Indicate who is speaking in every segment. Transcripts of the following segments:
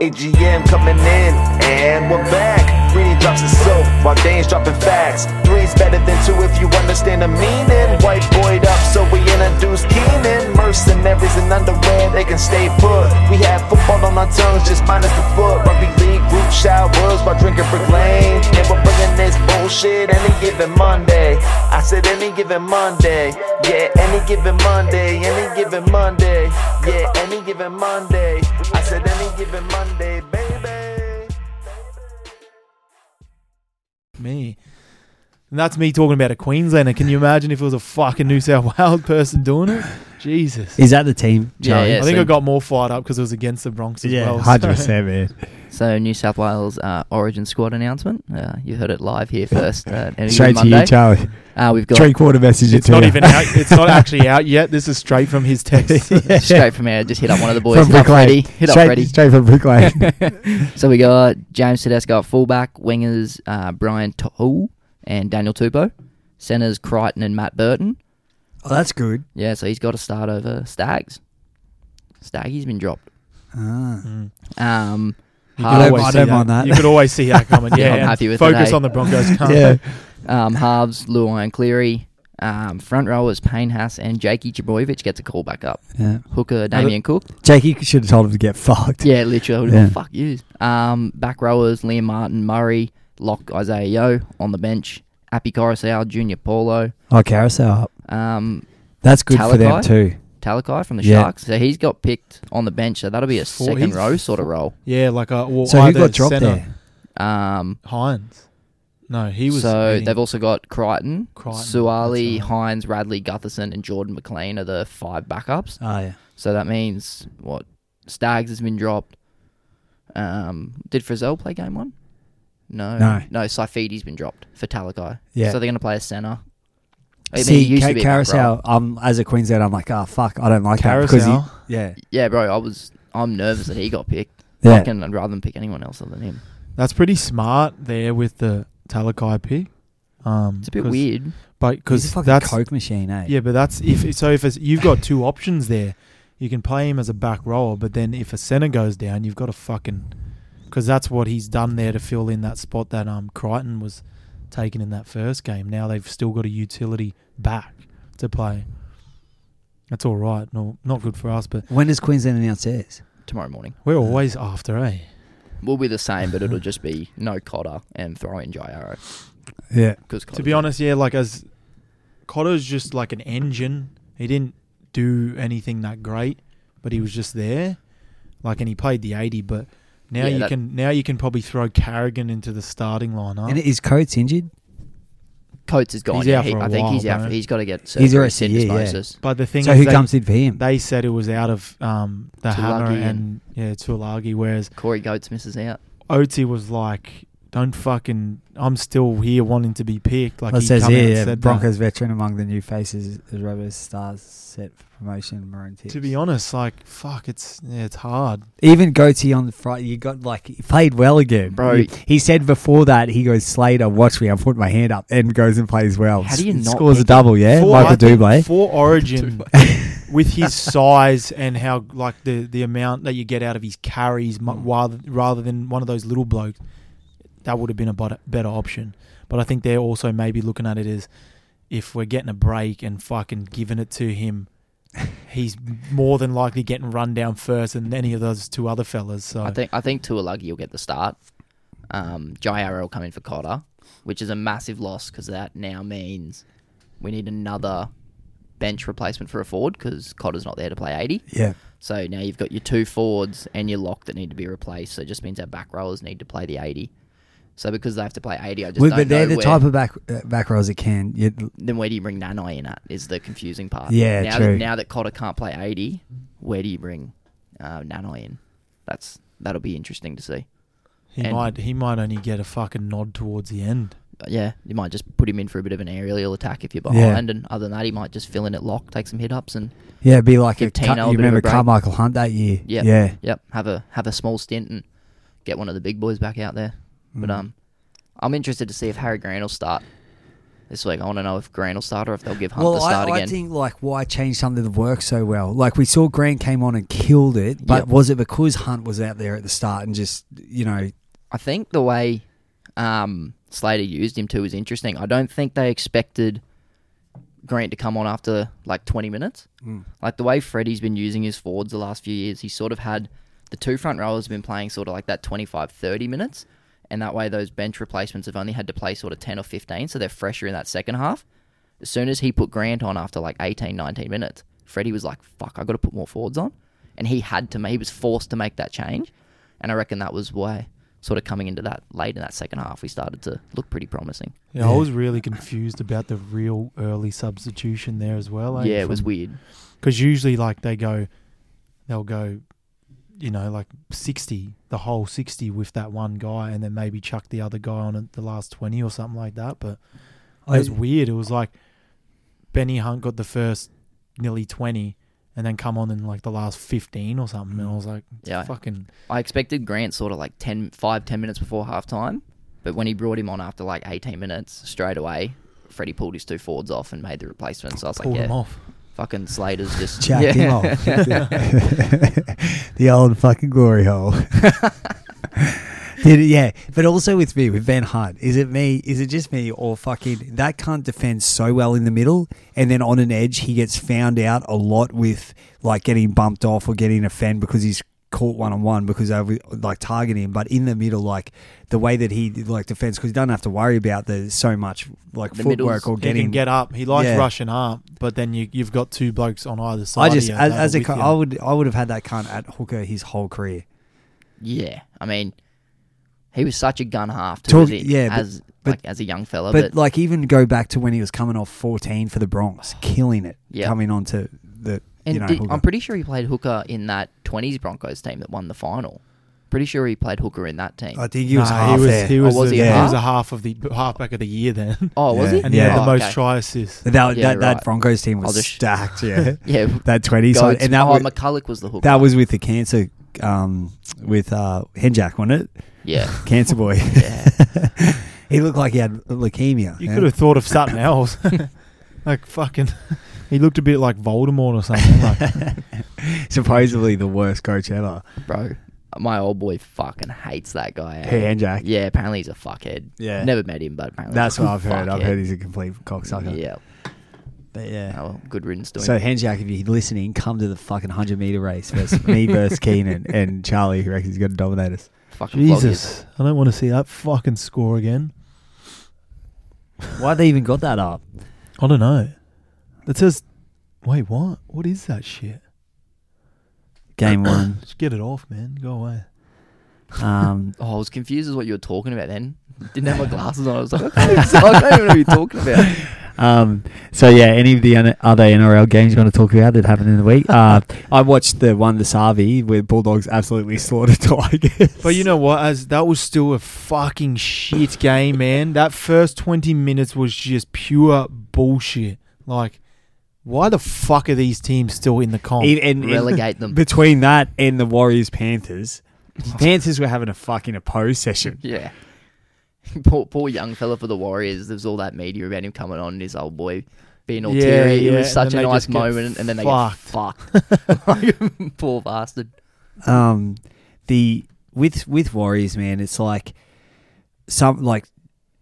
Speaker 1: AGM coming in, and we're back. Greeny drops his soap while Dane's dropping facts. Three's better than two if you understand the meaning. White boyed up, so we introduce Keenan. Mercenaries in underwear, they can stay put. We have football on our tongues, just minus the foot. Rugby league group showers while drinking Proclaim. And we're bringing this bullshit any given Monday. I said any given Monday. Yeah, any given Monday, any given Monday. Yeah, any given Monday. I said any given Monday, baby.
Speaker 2: Me. And that's me talking about a Queenslander. Can you imagine if it was a fucking New South Wales person doing it? Jesus.
Speaker 3: Is that the team?
Speaker 4: Yeah,
Speaker 3: Charlie?
Speaker 4: yeah.
Speaker 2: I think
Speaker 4: so-
Speaker 2: I got more fired up because it was against the Bronx as
Speaker 3: Yeah,
Speaker 2: well.
Speaker 5: Hundred
Speaker 2: so-
Speaker 5: percent, man.
Speaker 4: So New South Wales uh, Origin squad announcement. Uh, you heard it live here first. Uh, any
Speaker 5: Straight to
Speaker 4: Monday.
Speaker 5: you, Charlie.
Speaker 4: Uh, we've got
Speaker 5: Three quarter message.
Speaker 2: It's
Speaker 5: to
Speaker 2: not
Speaker 5: you.
Speaker 2: even out. It's not actually out yet. This is straight from his text.
Speaker 4: straight from here. Just hit up one of the boys.
Speaker 5: from
Speaker 4: hit up
Speaker 5: Brick Lane.
Speaker 4: Freddie. Hit
Speaker 5: straight,
Speaker 4: up Freddie.
Speaker 5: straight from Brick Lane.
Speaker 4: So we got James Tedesco at fullback, wingers uh, Brian Tohu and Daniel Tupou, centers Crichton and Matt Burton.
Speaker 3: Oh, that's good.
Speaker 4: Yeah, so he's got to start over Stags. Staggy's been dropped.
Speaker 3: Ah.
Speaker 2: Mm.
Speaker 4: Um,
Speaker 2: You
Speaker 3: I
Speaker 2: could
Speaker 3: don't-
Speaker 4: halves,
Speaker 2: always
Speaker 3: I
Speaker 2: see
Speaker 3: don't mind that.
Speaker 2: You could always see that coming. Yeah,
Speaker 4: I'm
Speaker 2: and
Speaker 4: happy with
Speaker 2: focus
Speaker 4: today.
Speaker 2: on the Broncos. cunt.
Speaker 5: yeah,
Speaker 4: um, halves Luai and Cleary. Um, front rowers Payne Haas and Jakey Jabojevic gets a call back up.
Speaker 3: yeah.
Speaker 4: Hooker Damien Cook.
Speaker 3: Jakey should have told him to get fucked.
Speaker 4: Yeah, literally.
Speaker 3: Yeah.
Speaker 4: Fuck you. Um, back rowers Liam Martin, Murray, Lock Isaiah Yo on the bench. Appy Coruscant, Junior Paulo.
Speaker 3: Oh, carousel up.
Speaker 4: Um,
Speaker 3: That's good for them
Speaker 4: Talakai?
Speaker 3: too.
Speaker 4: Talakai from the
Speaker 3: Yeah.
Speaker 4: Sharks. So he's got picked on the bench. So that'll be a
Speaker 2: Four-
Speaker 4: second
Speaker 2: he's
Speaker 4: row sort of role.
Speaker 2: yeah. Like a well,
Speaker 3: So who
Speaker 2: either
Speaker 3: got dropped
Speaker 2: centre-
Speaker 3: there?
Speaker 4: Um,
Speaker 2: Hines. No, he was.
Speaker 4: so
Speaker 2: hitting-
Speaker 4: they've also got Crichton,
Speaker 2: Crichton,
Speaker 4: Suwali,
Speaker 2: that's right.
Speaker 4: Hines, Radley, Gutherson, and Jordan McLean are the five backups.
Speaker 3: Oh yeah.
Speaker 4: So that means what? Stags has been dropped. Um, did Frizzell play game one? No,
Speaker 3: No.
Speaker 4: no. Saifidi's been dropped for Talakai.
Speaker 3: Yeah.
Speaker 4: So they're going to play a centre. I mean, he
Speaker 3: See,
Speaker 4: used
Speaker 3: Ca-
Speaker 4: to be a back rower.
Speaker 3: carousel. Um, as a Queenslander, I'm like, ah, fuck, I don't like that
Speaker 2: Carousel.
Speaker 3: because he, yeah,
Speaker 4: Yeah, bro. I was. I'm nervous that he got picked.
Speaker 3: yeah.
Speaker 4: Fucking, I'd rather than pick anyone else other than him.
Speaker 2: That's pretty smart there with the Talakai pick. Um,
Speaker 4: It's a bit
Speaker 2: 'cause-
Speaker 4: weird.
Speaker 2: but
Speaker 3: He's a
Speaker 2: because
Speaker 3: fucking
Speaker 2: that's
Speaker 3: coke machine, eh?
Speaker 2: yeah, but that's if so. If it's, you've got two options there, you can play him as a back rower, but then if a center goes down, you've got to fucking because that's what he's done there to fill in that spot that um Crichton was taken in that first game. Now they've still got a utility back to play. That's all right. No, not good for us, but
Speaker 3: When does Queensland announce theirs?
Speaker 4: Tomorrow morning.
Speaker 2: we're always after, eh?
Speaker 4: We'll be the same, but it'll just be no Cotter and throw in Jairo.
Speaker 3: Yeah.
Speaker 4: Because
Speaker 2: To be honest, yeah, like as Cotter's just like an engine. He didn't do anything that great, but he was just there. Like and he played the eighty, but now
Speaker 4: Yeah,
Speaker 2: you
Speaker 4: that-
Speaker 2: can now you can probably throw Carrigan into the starting lineup.
Speaker 3: And is Coates injured?
Speaker 4: Coates is gone.
Speaker 2: He's
Speaker 4: yeah,
Speaker 2: out
Speaker 4: he-
Speaker 2: for a
Speaker 4: I think he's
Speaker 2: while,
Speaker 4: out. For,
Speaker 2: mate.
Speaker 4: he's got to get surgery.
Speaker 3: He's already- yeah, yeah.
Speaker 4: syndesmosis.
Speaker 2: but the thing
Speaker 3: So
Speaker 2: is
Speaker 3: who
Speaker 2: they,
Speaker 3: comes in for him?
Speaker 2: they said it was out of um, the hammer
Speaker 4: Tulagi
Speaker 2: and yeah, Tulagi, whereas
Speaker 4: Corey Goats misses out.
Speaker 2: Oti was like, Don't fucking I'm still here wanting to be picked. Like
Speaker 3: Well, it
Speaker 2: he
Speaker 3: says
Speaker 2: come out
Speaker 3: here,
Speaker 2: and
Speaker 3: yeah,
Speaker 2: said that.
Speaker 3: Broncos veteran among the new faces as Robo Stars set for promotion. Maroon tips.
Speaker 2: To be honest, like fuck, it's yeah, it's hard.
Speaker 3: even Goatee on Friday, you got like he played well again,
Speaker 4: Bro.
Speaker 3: He, he said before that he goes Slater, watch me. I'm putting my hand up and goes and plays well.
Speaker 4: How do you
Speaker 3: S-
Speaker 4: not
Speaker 3: scores a
Speaker 4: pick
Speaker 3: double? Yeah,
Speaker 2: For- I
Speaker 3: Michael
Speaker 2: think
Speaker 3: Dublé.
Speaker 2: for Origin, with his size and how like the the amount that you get out of his carries, mu- rather rather than one of those little blokes, that would have been a bet- better option. But I think they're also maybe looking at it as if we're getting a break and fucking giving it to him, he's more than likely getting run down first than any of those two other fellas. So
Speaker 4: I think I think Tuolagi will get the start. Um, Jairo will come in for Cotter, which is a massive loss because that now means we need another bench replacement for a forward because Cotter's not there to play 80.
Speaker 3: Yeah,
Speaker 4: So now you've got your two forwards and your lock that need to be replaced. So it just means our back rowers need to play the 80. So because they have to play 80, I just
Speaker 3: Well,
Speaker 4: don't
Speaker 3: but they're
Speaker 4: know
Speaker 3: the
Speaker 4: where-
Speaker 3: type of back uh, back rows that can. You,
Speaker 4: then where do you bring Nanai in at is the confusing part.
Speaker 3: Yeah,
Speaker 4: now
Speaker 3: true.
Speaker 4: That, now that Cotter can't play 80, where do you bring uh, Nanai in? That's That'll be interesting to see.
Speaker 2: he
Speaker 4: and-
Speaker 2: might he might only get a fucking nod towards the end.
Speaker 4: But yeah, you might just put him in for a bit of an aerial attack if you're
Speaker 3: Yeah.
Speaker 4: behind. And other than that, he might just fill in at lock, take some hit ups, and
Speaker 3: yeah, it'd be like
Speaker 4: Give
Speaker 3: if
Speaker 4: Tino
Speaker 3: Car-
Speaker 4: a
Speaker 3: you
Speaker 4: bit of a
Speaker 3: remember
Speaker 4: break.
Speaker 3: Carmichael Hunt that year.
Speaker 4: yeah,
Speaker 3: yeah,
Speaker 4: yep, have a have a small stint and get
Speaker 5: Mm-hmm.
Speaker 4: one of the big boys back out there. But um, I'm interested to see if Harry Green will start. this week. I want to know if Grant will start or if they'll give Hunt the
Speaker 5: Well, I,
Speaker 4: start
Speaker 5: I
Speaker 4: again.
Speaker 5: think like why change something that worked so well? Like we saw Grant came on and killed it, but
Speaker 4: Yep.
Speaker 5: was it because Hunt was out there at the start and just you know
Speaker 4: I think the way um, Slater used him too was interesting. I don't think they expected Grant to come on after like 20 minutes.
Speaker 3: mm.
Speaker 4: Like the way Freddie's been using his forwards the last few years, he sort of had the two front rowers have been playing sort of like that 25, 30 minutes. And that way, those bench replacements have only had to play sort of 10 or 15, so they're fresher in that second half. As soon as he put Grant on after like 18, 19 minutes, Freddie was like, fuck, i got to put more forwards on. And he had to, ma- he was forced to make that change. And I reckon that was why, sort of coming into that late in that second half, we started to look pretty promising.
Speaker 2: Yeah, I was really confused about the real early substitution there as well. eh,
Speaker 4: yeah, it was
Speaker 2: from-
Speaker 4: weird.
Speaker 2: because usually like they go they'll go you know like 60 the whole 60 with that one guy and then maybe chuck the other guy on at the last 20 or something like that but it was weird it was like benny hunt got the first nearly 20 and then come on in like the last 15 or something
Speaker 5: Mm.
Speaker 2: and i was like
Speaker 5: Uh,
Speaker 4: Yeah.
Speaker 2: fucking
Speaker 4: I expected Grant sort of like 10, 5, 10 minutes before halftime, but when he brought him on after like 18 minutes straight away, Freddie pulled his two forwards off and made the replacement. So I was
Speaker 2: pull
Speaker 4: like,
Speaker 2: them
Speaker 4: yeah,
Speaker 2: off
Speaker 4: fucking Slater's just.
Speaker 5: jack
Speaker 4: yeah.
Speaker 5: him off the old fucking glory hole? Did it, yeah, but also with me with Van Hunt, is it me? Is it just me or fucking that can't defend so well in the middle, and then on an edge he gets found out a lot with like getting bumped off or getting a fend because he's caught one on one because they were, like targeting him. But in the middle, like the way that he like defends because he doesn't have to worry about the so much like
Speaker 4: The middles.
Speaker 5: footwork or
Speaker 2: he can
Speaker 5: getting
Speaker 2: get up he likes
Speaker 5: Yeah.
Speaker 2: rushing up but then you, you've got two blokes on either side
Speaker 5: I
Speaker 2: of
Speaker 5: just
Speaker 2: you
Speaker 5: as,
Speaker 2: that
Speaker 5: as
Speaker 2: are
Speaker 5: a
Speaker 2: with
Speaker 5: cu-
Speaker 2: you.
Speaker 5: I would I would have had that cunt at hooker his whole career.
Speaker 4: Yeah, I mean, he was such a gun half too.
Speaker 5: Talk-
Speaker 4: as, yeah,
Speaker 5: yeah, but-
Speaker 4: as
Speaker 5: but-
Speaker 4: like as a young fella,
Speaker 5: But
Speaker 4: but,
Speaker 5: like even go back to when he was coming off 14 for the Bronx, killing it,
Speaker 4: Yeah.
Speaker 5: coming on to the
Speaker 4: and
Speaker 5: you know
Speaker 4: did-
Speaker 5: hooker.
Speaker 4: I'm pretty sure he played hooker in that 20s Broncos team that won the final. Pretty sure he played hooker in that team.
Speaker 5: I think he was
Speaker 2: Nah,
Speaker 5: half
Speaker 2: he was,
Speaker 5: there.
Speaker 2: He was,
Speaker 4: Oh, was
Speaker 2: the-
Speaker 4: he
Speaker 2: he
Speaker 5: half?
Speaker 2: was a half of the half back of the year then
Speaker 4: oh, was
Speaker 5: Yeah.
Speaker 4: he?
Speaker 2: and he had
Speaker 4: Oh,
Speaker 2: the most
Speaker 4: okay.
Speaker 2: try assists
Speaker 5: But that
Speaker 4: Yeah,
Speaker 5: that, that
Speaker 4: right.
Speaker 5: Broncos team
Speaker 4: I'll
Speaker 5: was
Speaker 4: just-
Speaker 5: stacked, yeah.
Speaker 4: Yeah,
Speaker 5: That 20
Speaker 4: God,
Speaker 5: side and that
Speaker 4: oh,
Speaker 5: was,
Speaker 4: McCulloch was the hooker.
Speaker 5: that was with the cancer um with uh Henjack, wasn't it?
Speaker 4: yeah.
Speaker 5: Cancer boy.
Speaker 4: Yeah.
Speaker 5: he looked like he had leukemia.
Speaker 2: You
Speaker 5: yeah?
Speaker 2: could have thought of something else. like fucking, he looked a bit like Voldemort or something. Like,
Speaker 5: supposedly the worst coach ever.
Speaker 4: bro. My old boy fucking hates that guy. eh?
Speaker 5: Hey, Anjack.
Speaker 4: Yeah, apparently he's a fuckhead.
Speaker 5: Yeah.
Speaker 4: never met him, but apparently
Speaker 5: That's
Speaker 4: he's a
Speaker 5: what I've heard. I've
Speaker 4: fuckhead.
Speaker 5: heard he's a complete cocksucker.
Speaker 4: Yeah,
Speaker 5: But yeah.
Speaker 4: oh, well, good riddance to him.
Speaker 5: So Henjak, if you're listening, come to the fucking hundred meter race versus me versus Keenan and Charlie, who reckons he's going to dominate us.
Speaker 4: fucking flog his-
Speaker 2: Jesus, I don't want to see that fucking score again.
Speaker 5: Why they even got that up?
Speaker 2: I don't know. That says, wait, what? What is that shit?
Speaker 5: Game one.
Speaker 2: Just get it off, man. Go away.
Speaker 5: Um,
Speaker 4: Oh, I was confused as what you were talking about then. Didn't have my glasses on. I was like, okay, so I don't even know what you're talking about.
Speaker 5: um, so yeah, any of the N- other NRL games you want to talk about that happened in the week? Uh, I watched the one the Savi where Bulldogs absolutely slaughtered Tigers.
Speaker 2: But you know what? As that was still a fucking shit game, man. That first twenty minutes was just pure bullshit. Like, why the fuck are these teams still in the comp?
Speaker 5: E- and, and
Speaker 4: Relegate them.
Speaker 5: between that and the Warriors Panthers, Panthers were having a fucking oppose session.
Speaker 4: Yeah. poor, poor young fella for the Warriors. There was all that media about him coming on and his old boy being all
Speaker 2: Yeah,
Speaker 4: teary. It
Speaker 2: yeah,
Speaker 4: was
Speaker 2: and
Speaker 4: such a
Speaker 2: then they
Speaker 4: nice
Speaker 2: just get
Speaker 4: moment, and then they get fucked. poor bastard.
Speaker 5: um the with with Warriors, man, it's like some like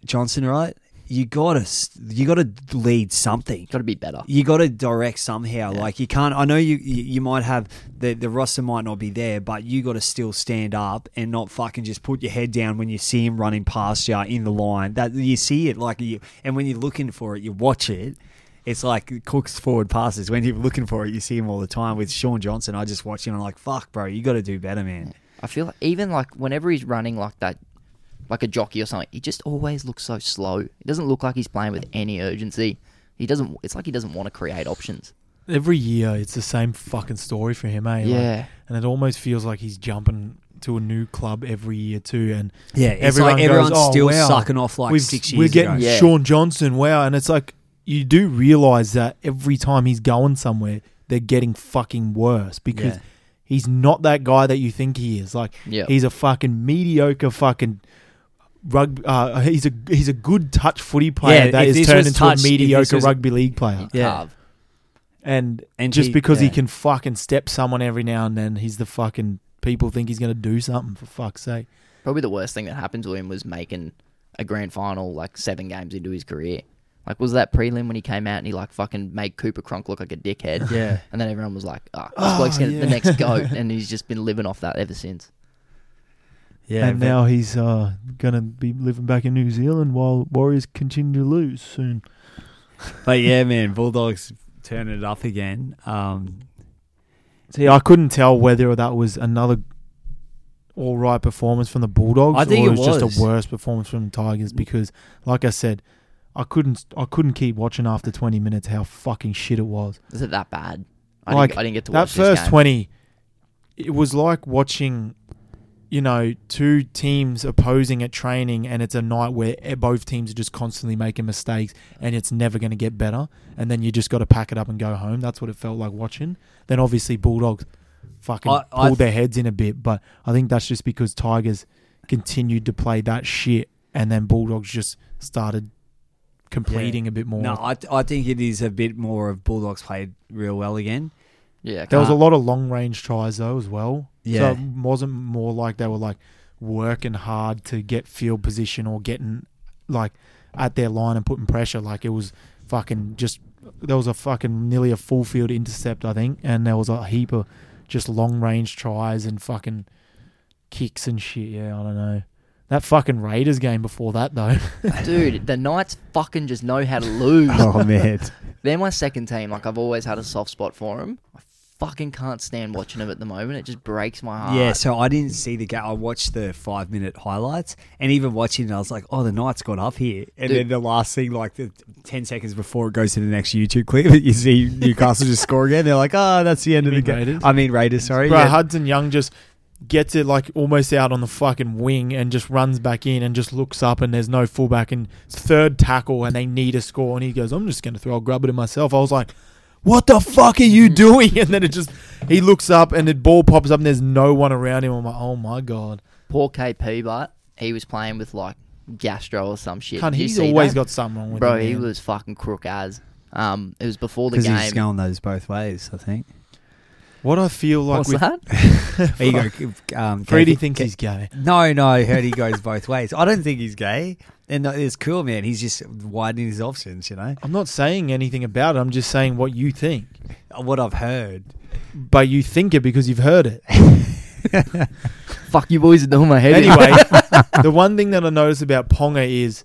Speaker 5: Johnson, right? You gotta s- you gotta lead something.
Speaker 4: Got to be better.
Speaker 5: You gotta direct somehow. Like you can't. I know you you you might have the the roster might not be there, but you gotta still stand up and not fucking just put your head down when you see him running past you in the line. That you see it like you, and when you're looking for it, you watch it. It's like Cook's forward passes. When you're looking for it, you see him all the time. With Sean Johnson, I just watch him. I'm like, fuck, bro, you got to do better, man.
Speaker 4: I feel like even like whenever he's running like that, like a jockey or something, he just always looks so slow. It doesn't look like he's playing with any urgency. He doesn't. It's like he doesn't want to create options.
Speaker 2: Every year, it's the same fucking story for him, eh? Like,
Speaker 4: Yeah.
Speaker 2: and it almost feels like he's jumping to a new club every year too. And "Oh,
Speaker 5: Yeah, it's like everyone's still sucking off like
Speaker 2: we've-
Speaker 5: six
Speaker 2: We're
Speaker 5: years
Speaker 2: getting
Speaker 5: ago.
Speaker 4: Yeah.
Speaker 2: Sean Johnson, wow, and it's like you do realize that every time he's going somewhere, they're getting fucking worse because
Speaker 5: Yeah.
Speaker 2: he's not that guy that you think he is. Like
Speaker 4: Yeah.
Speaker 2: he's a fucking mediocre fucking rugby. Uh, he's a he's a good touch footy player
Speaker 5: Yeah,
Speaker 2: that
Speaker 5: if
Speaker 2: is
Speaker 5: this
Speaker 2: turned
Speaker 5: was
Speaker 2: into
Speaker 5: touched- if
Speaker 2: a
Speaker 5: this
Speaker 2: mediocre
Speaker 5: was-
Speaker 2: rugby league player.
Speaker 5: Yeah.
Speaker 4: Carve.
Speaker 2: And,
Speaker 5: And
Speaker 2: just
Speaker 5: he-
Speaker 2: because he
Speaker 5: yeah.
Speaker 2: can fucking step someone every now and then, he's the fucking people think he's gonna do something for fuck's sake.
Speaker 4: Probably the worst thing that happened to him was making a grand final like seven games into his career. Like was that prelim when he came out and he like fucking made Cooper Cronk look like a dickhead?
Speaker 5: Yeah.
Speaker 4: And then everyone was like, "Ah, this
Speaker 2: Oh,
Speaker 4: bloke's gonna,
Speaker 2: yeah.
Speaker 4: the next goat," and he's just been living off that ever since.
Speaker 5: Yeah,
Speaker 2: and
Speaker 5: but-
Speaker 2: now he's uh, gonna be living back in New Zealand while Warriors continue to lose soon.
Speaker 5: but yeah, man, Bulldogs turn it up again. Um,
Speaker 2: See, I couldn't tell whether that was another all right performance from the Bulldogs
Speaker 5: I think
Speaker 2: or
Speaker 5: it
Speaker 2: just
Speaker 5: was.
Speaker 2: a worse performance from the Tigers because, like I said, I couldn't I couldn't keep watching after 20 minutes how fucking shit it was.
Speaker 4: Is it that bad? I,
Speaker 2: like
Speaker 4: didn't, I didn't get to
Speaker 2: that
Speaker 4: watch
Speaker 2: first
Speaker 4: this game.
Speaker 2: 20. It was like watching, you know, two teams opposing at training, and it's a night where e- both teams are just constantly making mistakes, and it's never going to get better. And then you just got to pack it up and go home. That's what it felt like watching. Then obviously Bulldogs fucking
Speaker 5: I- I
Speaker 2: pulled
Speaker 5: th-
Speaker 2: their heads in a bit, but I think that's just because Tigers continued to play that shit, and then Bulldogs just started completing a bit more.
Speaker 5: no, I, I think it is a bit more of Bulldogs played real well again.
Speaker 4: yeah,
Speaker 2: There was a
Speaker 5: Uh,
Speaker 2: lot of long range tries though as well.
Speaker 5: Yeah.
Speaker 2: So it wasn't more like they were like working hard to get field position or getting like at their line and putting pressure. Like it was fucking just there was a fucking nearly a full field intercept I think, and there was a heap of just long range tries and fucking kicks and shit. Yeah, I don't know. That fucking Raiders game before that though.
Speaker 4: dude, the Knights fucking just know how to lose.
Speaker 5: Oh man,
Speaker 4: They're my second team. Like I've always had a soft spot for them. I fucking can't stand watching them at the moment. It just breaks my heart.
Speaker 2: Uh,
Speaker 5: yeah. So I didn't see the game. I watched the five minute highlights, and even watching, it, I was like, "Oh, the Knights got up here." And
Speaker 4: Dude.
Speaker 5: then the last thing, like the ten seconds before it goes to the next YouTube clip, you see Newcastle just score again. They're like, "Oh, that's the end
Speaker 2: You
Speaker 5: of the
Speaker 2: mean
Speaker 5: game."
Speaker 2: Raiders?
Speaker 5: I mean Raiders. Sorry,
Speaker 2: Bro,
Speaker 5: yeah.
Speaker 2: Hudson Young just gets it like almost out on the fucking wing and just runs back in and just looks up and there's no fullback and it's third tackle and they need a score and he goes, I'm just gonna throw a grubber to myself. I was like, What the fuck are
Speaker 4: Mm-hmm.
Speaker 2: you doing? And then it just he looks up and the ball pops up and there's no one around him. I'm like, Oh my god.
Speaker 4: Poor KP, but he was playing with like gastro or some shit.
Speaker 2: Cunt,
Speaker 4: Did you
Speaker 2: he's
Speaker 4: see
Speaker 2: always
Speaker 4: that?
Speaker 2: got something wrong with
Speaker 4: Bro,
Speaker 2: him.
Speaker 4: he
Speaker 2: man.
Speaker 4: was fucking crook as. Um, it was before the
Speaker 5: because he's
Speaker 4: game.
Speaker 5: going those both ways. I think.
Speaker 2: what I feel like
Speaker 4: What's
Speaker 2: with
Speaker 4: that?
Speaker 5: There you go. Um,
Speaker 2: Greedy
Speaker 5: Kev-
Speaker 2: thinks
Speaker 5: Kev-
Speaker 2: he's gay.
Speaker 5: No, no, I heard he goes both ways. I don't think he's gay. And that- it's cool, man. He's just widening his options, you know?
Speaker 2: I'm not saying anything about it, I'm just saying what you think.
Speaker 5: What I've heard.
Speaker 2: But you think it because you've heard it.
Speaker 4: Fuck you boys are doing my head. in.
Speaker 2: Anyway, the one thing that I notice about Ponga is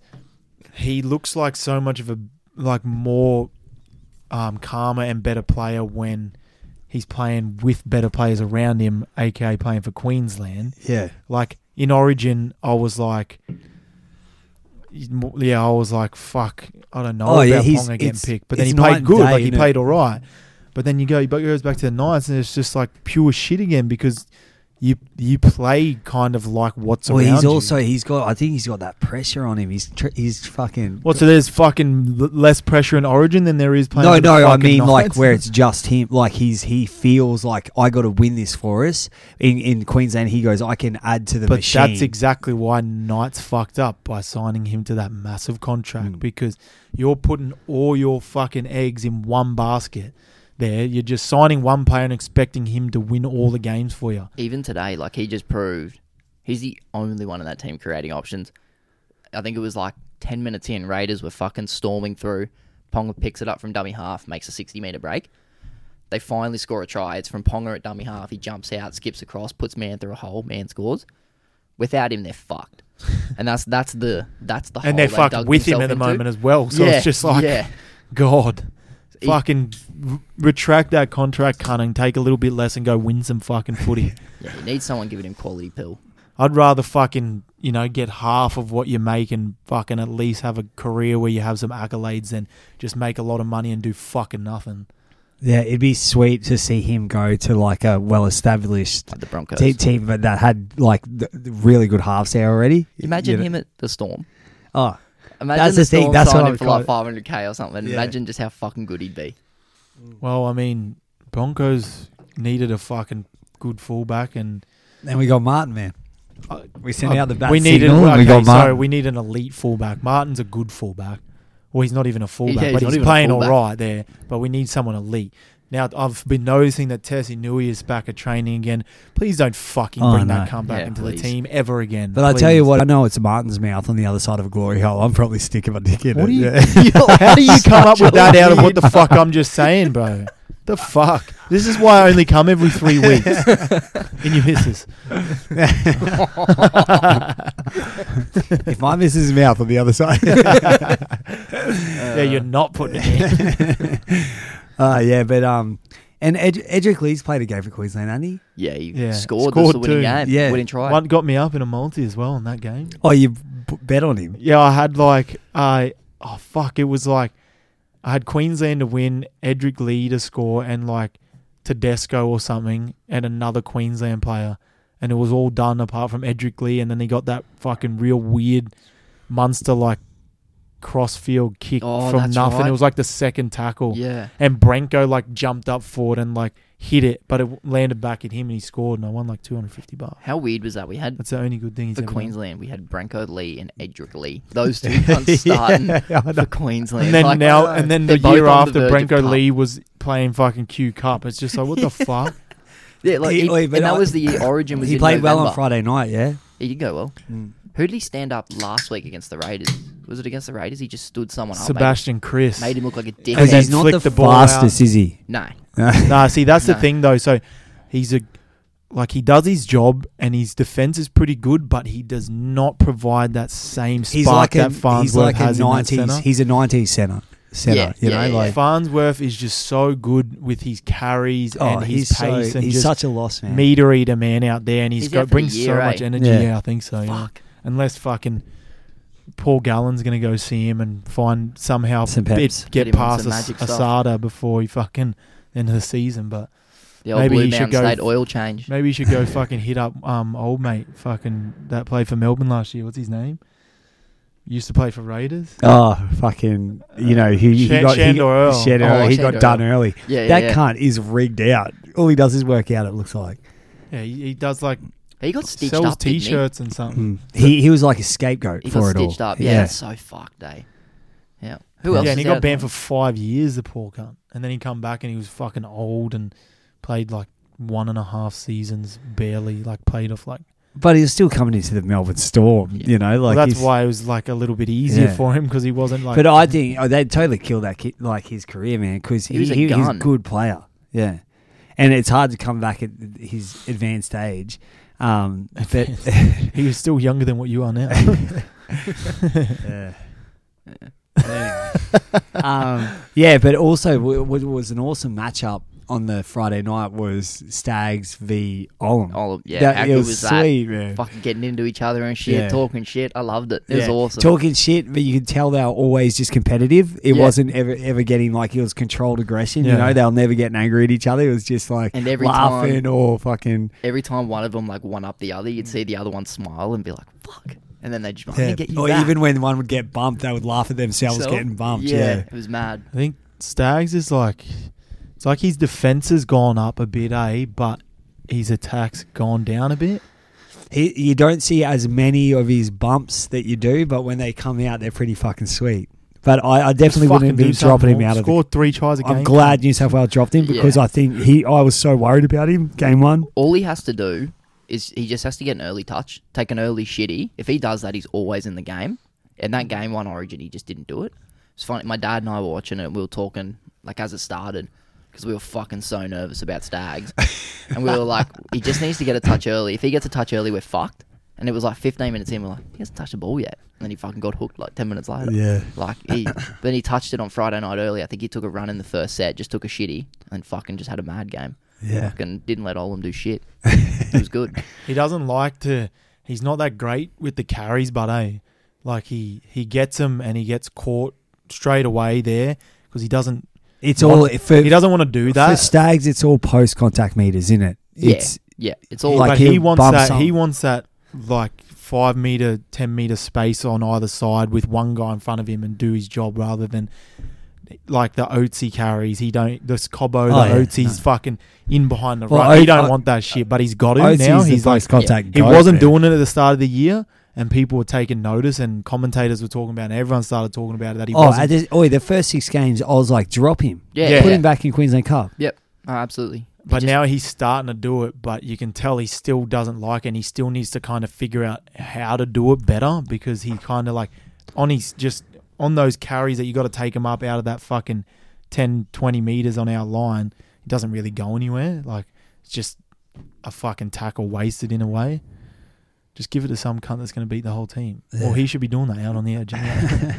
Speaker 2: he looks like so much of a like more um, calmer and better player when he's playing with better players around him, aka playing for Queensland.
Speaker 5: Yeah.
Speaker 2: Like in Origin, I was like, yeah, I was like, fuck, I don't know
Speaker 5: Oh,
Speaker 2: about
Speaker 5: yeah, he's-
Speaker 2: Ponga getting
Speaker 5: it's-
Speaker 2: picked, but then
Speaker 5: it's
Speaker 2: he
Speaker 5: night
Speaker 2: played
Speaker 5: and
Speaker 2: good,
Speaker 5: day,
Speaker 2: like he
Speaker 5: innit?
Speaker 2: played all right. But then you go, he goes back to the Knights, and it's just like pure shit again because you you play kind of like what's
Speaker 5: well,
Speaker 2: around
Speaker 5: he's
Speaker 2: you.
Speaker 5: also, he's got, I think he's got that pressure on him. He's tr- he's fucking.
Speaker 2: What, so there's fucking l- less pressure in Origin than there is playing.
Speaker 5: no,
Speaker 2: for the
Speaker 5: no, I
Speaker 2: fucking
Speaker 5: mean, like,
Speaker 2: Knights?
Speaker 5: where it's just him. Like, he's, he feels like, I got to win this for us. In, in Queensland, he goes, I can add to the
Speaker 2: But
Speaker 5: machine.
Speaker 2: that's exactly why Knights fucked up by signing him to that massive contract
Speaker 4: Hmm.
Speaker 5: Mm.
Speaker 2: because you're putting all your fucking eggs in one basket there. You're just signing one player and expecting him to win all the games for you.
Speaker 4: Even today, like he just proved he's the only one in that team creating options. I think it was like ten minutes in, Raiders were fucking storming through. Ponga picks it up from dummy half, makes a sixty meter break. They finally score a try. It's from Ponga at dummy half. He jumps out, skips across, puts man through a hole, man scores. Without him, they're fucked. And that's that's the that's the
Speaker 2: And
Speaker 4: hole
Speaker 2: they're
Speaker 4: they
Speaker 2: fucked
Speaker 4: Oh, dug
Speaker 2: with him
Speaker 4: themselves
Speaker 2: at the
Speaker 4: into.
Speaker 2: moment as well. So
Speaker 4: Yeah,
Speaker 2: it's just like,
Speaker 4: yeah.
Speaker 2: God,
Speaker 4: He-
Speaker 2: fucking r- retract that contract, cunning. Take a little bit less and go win some fucking footy.
Speaker 4: Yeah, you need someone giving him quality pill.
Speaker 2: I'd rather fucking, you know, get half of what you make and fucking at least have a career where you have some accolades than just make a lot of money and do fucking nothing.
Speaker 5: yeah, it'd be sweet to see him go to, like, a well established
Speaker 4: Like the Broncos.
Speaker 5: te- team but that had, like, the, the really good halves there already.
Speaker 4: Imagine
Speaker 5: You know?
Speaker 4: him at the Storm.
Speaker 5: Oh,
Speaker 4: Imagine
Speaker 5: That's
Speaker 4: the,
Speaker 5: the thing,
Speaker 4: Storm
Speaker 5: that's what
Speaker 4: signed
Speaker 5: I'm
Speaker 4: him for like
Speaker 5: trying-
Speaker 4: 500k or something.
Speaker 5: Yeah.
Speaker 4: Imagine just how fucking good he'd be.
Speaker 2: Well, I mean, Broncos needed a fucking good fullback and
Speaker 5: Then we got Martin, man.
Speaker 2: uh,
Speaker 5: We sent out the bat
Speaker 2: we need
Speaker 5: signal
Speaker 2: An,
Speaker 5: and we got
Speaker 2: sorry,
Speaker 5: Martin.
Speaker 2: we need an elite fullback. Martin's a good fullback. Well, he's not even a fullback,
Speaker 4: he's
Speaker 2: but
Speaker 4: not
Speaker 2: he's
Speaker 4: even a
Speaker 2: playing all
Speaker 4: fullback.
Speaker 2: right there. But we need someone elite. Now I've been noticing that Tessie Nui is back at training again. Please don't fucking
Speaker 5: Oh,
Speaker 2: bring
Speaker 5: no.
Speaker 2: that comeback
Speaker 4: Yeah,
Speaker 2: into
Speaker 4: please.
Speaker 2: the team ever again.
Speaker 5: But I tell you
Speaker 2: please.
Speaker 5: what, I know it's Martin's mouth on the other side of a glory hole. I'm probably sticking my dick in
Speaker 2: What do
Speaker 5: it.
Speaker 2: you-
Speaker 5: yeah.
Speaker 2: How do you come up with that out of what the fuck I'm just saying, bro? The fuck. This is why I only come every three weeks. and you miss us.
Speaker 5: if I miss his mouth on the other side.
Speaker 2: yeah, you're not putting it in.
Speaker 5: uh, yeah, but um, and Ed- Edric Lee's played a game for Queensland, hasn't he?
Speaker 4: Yeah, he
Speaker 2: Yeah,
Speaker 4: scored,
Speaker 2: scored
Speaker 4: the winning
Speaker 2: two.
Speaker 4: game,
Speaker 5: Yeah.
Speaker 4: winning try.
Speaker 2: One got me up in a multi as well in that game.
Speaker 5: Oh, you b- bet on him.
Speaker 2: Yeah, I had like I oh fuck, it was like I had Queensland to win, Edric Lee to score, and like Tedesco or something, and another Queensland player, and it was all done apart from Edric Lee, and then he got that fucking real weird Munster like crossfield kick
Speaker 4: Oh,
Speaker 2: from
Speaker 4: that's
Speaker 2: nothing.
Speaker 4: right.
Speaker 2: It was like the second tackle,
Speaker 4: yeah,
Speaker 2: and Branko like jumped up forward and like hit it, but it landed back at him, and he scored, and I won like two hundred fifty bucks.
Speaker 4: how weird was that? We had
Speaker 2: That's the only good thing he's
Speaker 4: for
Speaker 2: ever done.
Speaker 4: Queensland, we had Branko Lee and Edric Lee. Those two cunts starting for Queensland.
Speaker 2: And then
Speaker 4: Like,
Speaker 2: now,
Speaker 5: uh,
Speaker 2: and then
Speaker 4: they're
Speaker 2: the
Speaker 4: both
Speaker 2: year
Speaker 4: on the
Speaker 2: after,
Speaker 4: verge of
Speaker 2: Branko
Speaker 4: cup.
Speaker 2: Lee was playing fucking Q Cup. It's just like, what the fuck?
Speaker 5: Oh,
Speaker 4: yeah, like,
Speaker 5: He-
Speaker 4: he-
Speaker 5: oi,
Speaker 4: and
Speaker 5: but
Speaker 4: that
Speaker 5: I-
Speaker 4: was the year Origin was.
Speaker 5: he
Speaker 4: in
Speaker 5: played well on
Speaker 4: November.
Speaker 5: Friday night, yeah.
Speaker 4: He did go well.
Speaker 2: Hmm.
Speaker 4: Who did he stand up last week against the Raiders? Was it against the Raiders? He just stood someone up, made-
Speaker 2: Sebastian Chris.
Speaker 4: made, him look like a dick.
Speaker 2: And
Speaker 5: Because
Speaker 2: then
Speaker 5: he's not the,
Speaker 2: flicked the ball
Speaker 5: fastest,
Speaker 2: out.
Speaker 5: is he?
Speaker 4: no,
Speaker 2: Nah, see, that's the
Speaker 4: No.
Speaker 2: thing though. So he's a like he does his job and his defense is pretty good, but he does not provide that same spark
Speaker 5: he's like a
Speaker 2: that
Speaker 5: he's
Speaker 2: Farnsworth
Speaker 5: like a
Speaker 2: has in that
Speaker 5: nineties.
Speaker 2: centre.
Speaker 5: He's a nineties center. Center,
Speaker 4: Yeah,
Speaker 5: you
Speaker 4: yeah,
Speaker 5: know,
Speaker 4: yeah,
Speaker 5: like
Speaker 2: Farnsworth is just so good with his carries
Speaker 5: oh,
Speaker 2: and his
Speaker 5: he's so,
Speaker 2: pace and
Speaker 5: he's
Speaker 2: just
Speaker 5: such a loss man.
Speaker 2: meter eater man out there, and he's
Speaker 4: He's
Speaker 2: got
Speaker 4: out for the
Speaker 2: brings
Speaker 4: year,
Speaker 2: so
Speaker 4: eh?
Speaker 2: much energy.
Speaker 5: Yeah.
Speaker 2: Yeah. I think so. Yeah.
Speaker 4: fuck.
Speaker 2: Unless fucking Paul Gallen's gonna go see him and find somehow
Speaker 5: Some
Speaker 2: bit-
Speaker 5: peps.
Speaker 2: get
Speaker 4: Get him on
Speaker 2: past
Speaker 4: some
Speaker 2: As-
Speaker 4: magic stuff.
Speaker 2: Asada before he fucking end of the season. But
Speaker 4: The old
Speaker 2: Maybe
Speaker 4: Blue
Speaker 2: he should go
Speaker 4: Mountain State
Speaker 2: f-
Speaker 4: oil change.
Speaker 2: maybe he should go fucking hit up um old mate fucking that played for Melbourne last year. What's his name? Used to play for Raiders.
Speaker 5: Oh, fucking! You know, he, he
Speaker 2: Shan-
Speaker 5: got he,
Speaker 2: Shandor Earl.
Speaker 5: Shandor Earl,
Speaker 4: Oh,
Speaker 5: he
Speaker 4: Shandor
Speaker 5: got done
Speaker 4: Earl.
Speaker 5: early.
Speaker 4: Yeah,
Speaker 5: that
Speaker 4: yeah, yeah.
Speaker 5: cunt is rigged out. All he does is work out. It looks like
Speaker 2: Yeah, he, he does like
Speaker 4: He got stitched
Speaker 2: sells
Speaker 4: up. didn't he?
Speaker 2: t-shirts and something.
Speaker 5: Mm. he he was like a scapegoat
Speaker 4: He
Speaker 5: for
Speaker 4: got
Speaker 5: it all.
Speaker 4: stitched up. Yeah, that's so fucked, eh? Yeah. Who else?
Speaker 2: yeah, and
Speaker 4: is
Speaker 2: he
Speaker 4: out
Speaker 2: got
Speaker 4: at the
Speaker 2: banned for
Speaker 4: moment?
Speaker 2: five years. The poor cunt. And then he come back and he was fucking old and played like one and a half seasons barely. Like played off like.
Speaker 5: but he was still coming into the Melbourne Storm.
Speaker 4: Yeah.
Speaker 5: You know, like
Speaker 2: well, that's
Speaker 5: he's-
Speaker 2: why it was like a little bit easier
Speaker 5: Yeah.
Speaker 2: for him because he wasn't like.
Speaker 5: But I think oh, they totally killed that kid, like his career, man, because
Speaker 4: He
Speaker 5: he,
Speaker 4: was a
Speaker 5: he- he's a
Speaker 4: gun.
Speaker 5: good player. Yeah, and it's hard to come back at his advanced age. Um, but
Speaker 2: he was still younger than what you are now.
Speaker 5: yeah. um, yeah, but also w- what was an awesome matchup on the Friday night was Stags v Olam.
Speaker 4: Olam, yeah,
Speaker 5: that,
Speaker 4: how
Speaker 5: it
Speaker 4: good
Speaker 5: was,
Speaker 4: was that?
Speaker 5: sweet, man.
Speaker 4: fucking getting into each other and shit,
Speaker 5: Yeah.
Speaker 4: talking shit. I loved it. It was
Speaker 5: Yeah.
Speaker 4: awesome.
Speaker 5: Talking shit, but you could tell they were always just competitive. It
Speaker 4: Yeah.
Speaker 5: wasn't ever ever getting like it was controlled aggression. You
Speaker 2: Yeah.
Speaker 5: know, they were never getting angry at each other. It was just like
Speaker 4: And every
Speaker 5: laughing or fucking
Speaker 4: Every time one of them like one up the other, you'd see the other one smile and be like, "Fuck," and then they just like,
Speaker 5: yeah.
Speaker 4: get you
Speaker 5: or
Speaker 4: back.
Speaker 5: even when one would get bumped, they would laugh at themselves
Speaker 4: So-
Speaker 5: getting bumped.
Speaker 4: Yeah,
Speaker 5: Yeah.
Speaker 4: it was mad.
Speaker 2: I think Stags is like, it's like his defense has gone up a bit, eh? But his attacks gone down a bit.
Speaker 5: He, you don't see as many of his bumps that you do, but when they come out, they're pretty fucking sweet. But I, I definitely wouldn't be dropping him out of the.
Speaker 2: Scored three tries a game.
Speaker 5: I'm glad New South Wales dropped him because
Speaker 4: Yeah.
Speaker 5: I think he. I was so worried about him game one.
Speaker 4: All he has to do is he just has to get an early touch, take an early shitty. If he does that, he's always in the game. And that game one Origin, he just didn't do it. It's funny. My dad and I were watching it. and We were talking like as it started because we were fucking so nervous about Stags, and we were like, he just needs to get a touch early. If he gets a touch early, we're fucked. And it was like 15 minutes in, we're like, he hasn't touched the ball yet. And then he fucking got hooked like 10 minutes later.
Speaker 5: Yeah.
Speaker 4: Like he, then he touched it on Friday night early. I think he took a run in the first set, just took a shitty, and fucking just had a mad game.
Speaker 5: Yeah.
Speaker 4: Fucking didn't let Olam do shit. it was good.
Speaker 2: He doesn't like to. He's not that great with the carries, but eh, like he he gets them and he gets caught straight away there because he doesn't
Speaker 5: It's all for,
Speaker 2: he doesn't want to do that.
Speaker 5: for stags. It's all post contact meters, isn't it? It's,
Speaker 4: yeah, yeah. It's all
Speaker 5: Like-
Speaker 2: but he
Speaker 5: he'll
Speaker 2: wants
Speaker 5: bump
Speaker 2: that. He
Speaker 5: some-
Speaker 2: wants that like five meter, ten meter space on either side with one guy in front of him and do his job rather than like the Oatsy carries. He don't this Cobo,
Speaker 3: Oh, yeah,
Speaker 2: the Oatsy's fucking in behind the
Speaker 3: Well,
Speaker 2: ruck. He
Speaker 3: Oat-
Speaker 2: don't
Speaker 3: O-
Speaker 2: want that shit, but he's got it
Speaker 5: Oatsy
Speaker 2: now.
Speaker 5: is the
Speaker 2: He's like
Speaker 5: first contact.
Speaker 2: he
Speaker 5: goat,
Speaker 2: wasn't
Speaker 5: man.
Speaker 2: doing it at the start of the year, and people were taking notice, and commentators were talking about, it, and everyone started talking about it that he
Speaker 3: Oh,
Speaker 2: wasn't.
Speaker 3: at this, oh, the first six games, I was like, drop him.
Speaker 4: Yeah,
Speaker 2: Yeah.
Speaker 3: Put
Speaker 4: yeah.
Speaker 3: him back in Queensland Cup.
Speaker 4: Yep. Oh, absolutely.
Speaker 2: But now he's starting to do it, but you can tell he still doesn't like it and he still needs to kind of figure out how to do it better because he kind of like on his just on those carries that you got to take him up out of that fucking 10 20 meters on our line. He doesn't really go anywhere. Like it's just a fucking tackle wasted in a way. Just give it to some cunt that's going to beat the whole team. Well, he should be doing that out on the edge. anyway.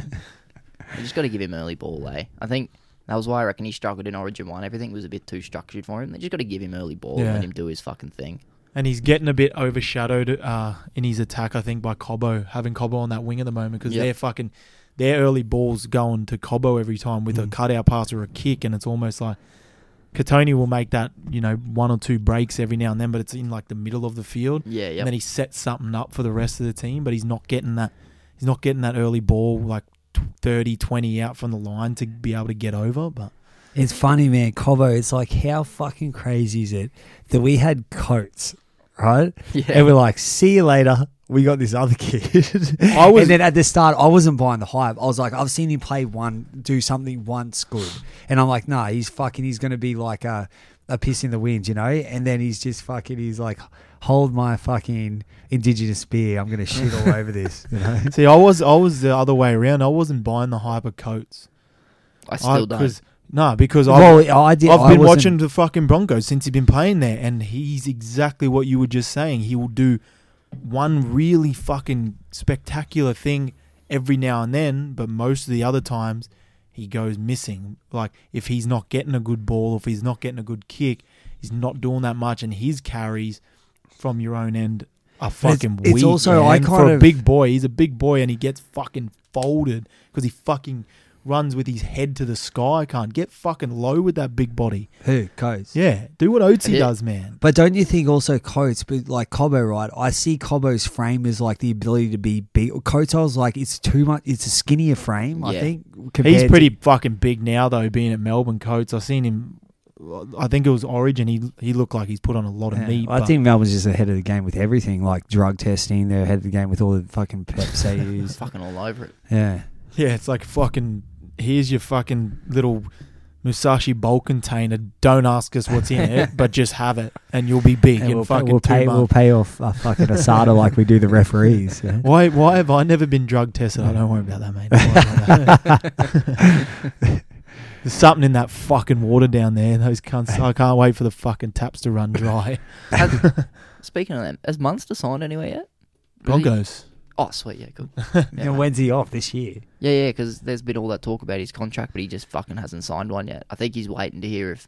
Speaker 4: You just got to give him early ball, eh? I think that was why I reckon he struggled in Origin 1. Everything was a bit too structured for him. They just got to give him early ball
Speaker 2: Yeah.
Speaker 4: and let him do his fucking thing.
Speaker 2: and he's getting a bit overshadowed uh, in his attack, I think, by Cobbo having Cobbo on that wing at the moment because
Speaker 4: Yep.
Speaker 2: they're fucking their early balls going to Cobbo every time with a cutout pass or a kick, and it's almost like Katoni will make that you know one or two breaks every now and then, but it's in like the middle of the field,
Speaker 4: Yeah,
Speaker 2: and
Speaker 4: yeah.
Speaker 2: then he sets something up for the rest of the team, but he's not getting that he's not getting that early ball like. t- 30 20 out from the line to be able to get over but
Speaker 5: It's funny, man. Cobo, it's like, how fucking crazy is it that we had Coates, right?
Speaker 4: Yeah.
Speaker 5: And we're like, see you later. We got this other kid.
Speaker 2: I was-
Speaker 5: and then at the start, I wasn't buying the hype. I was like, I've seen him play one, do something once good. And I'm like, nah, he's fucking, he's going to be like a, a piss in the wind, you know? And then he's just fucking, he's like, hold my fucking indigenous beer. I'm going to shit all over this, you know?
Speaker 2: see i was i was the other way around i wasn't buying the hyper coats
Speaker 4: I still don't.
Speaker 2: no because i
Speaker 5: well, I did. I
Speaker 2: I've been
Speaker 5: wasn't-
Speaker 2: watching the fucking Broncos since he's been playing there, and he's exactly what you were just saying. He will do one really fucking spectacular thing every now and then, but most of the other times he goes missing. Like if he's not getting a good ball, if he's not getting a good kick, he's not doing that much, and his carries from your own end are fucking
Speaker 5: it's
Speaker 2: weak.
Speaker 5: also- I
Speaker 2: man.
Speaker 5: kind
Speaker 2: for a
Speaker 5: of-
Speaker 2: big boy, he's a big boy, and he gets fucking folded because he fucking runs with his head to the sky. Can't get fucking low with that big body.
Speaker 5: Who? Coates.
Speaker 2: Yeah, do what Oatsy
Speaker 4: Yeah.
Speaker 2: does, man.
Speaker 5: But don't you think also Coates, but like Cobo, right? I see Cobo's frame as like the ability to be beat. Coates, I was like, it's too much. It's a skinnier frame, I
Speaker 4: Yeah.
Speaker 5: think. compared
Speaker 2: He's
Speaker 5: to-
Speaker 2: pretty fucking big now, though. Being at Melbourne Coates, I seen him. I think it was Origin. He he looked like he's put on a lot of
Speaker 5: Yeah.
Speaker 2: meat.
Speaker 5: I
Speaker 2: but-
Speaker 5: think Melbourne's just ahead of the game with everything, like drug testing. They're ahead of the game with all the fucking peps they
Speaker 4: He's
Speaker 5: use.
Speaker 4: fucking all over it.
Speaker 5: Yeah.
Speaker 2: yeah, it's like fucking. Here's your fucking little Musashi bowl container. Don't ask us what's in it, but just have it, and you'll be big
Speaker 5: And
Speaker 2: in
Speaker 5: we'll, pay,
Speaker 2: fucking
Speaker 5: we'll,
Speaker 2: two
Speaker 5: pay,
Speaker 2: months.
Speaker 5: we'll pay off uh, fucking Asada like we do the referees. yeah.
Speaker 2: Why why have I never been drug tested? I don't worry about that, mate. Don't worry about that. There's something in that fucking water down there. Those cunts. I can't wait for the fucking taps to run dry.
Speaker 4: Has- speaking of them, has Munster signed anywhere yet? Is he-
Speaker 2: Broncos.
Speaker 4: Oh, sweet. Yeah, cool. Yeah,
Speaker 5: And when's he off this year?
Speaker 4: Yeah, yeah, because there's been all that talk about his contract, but he just fucking hasn't signed one yet. I think he's waiting to hear if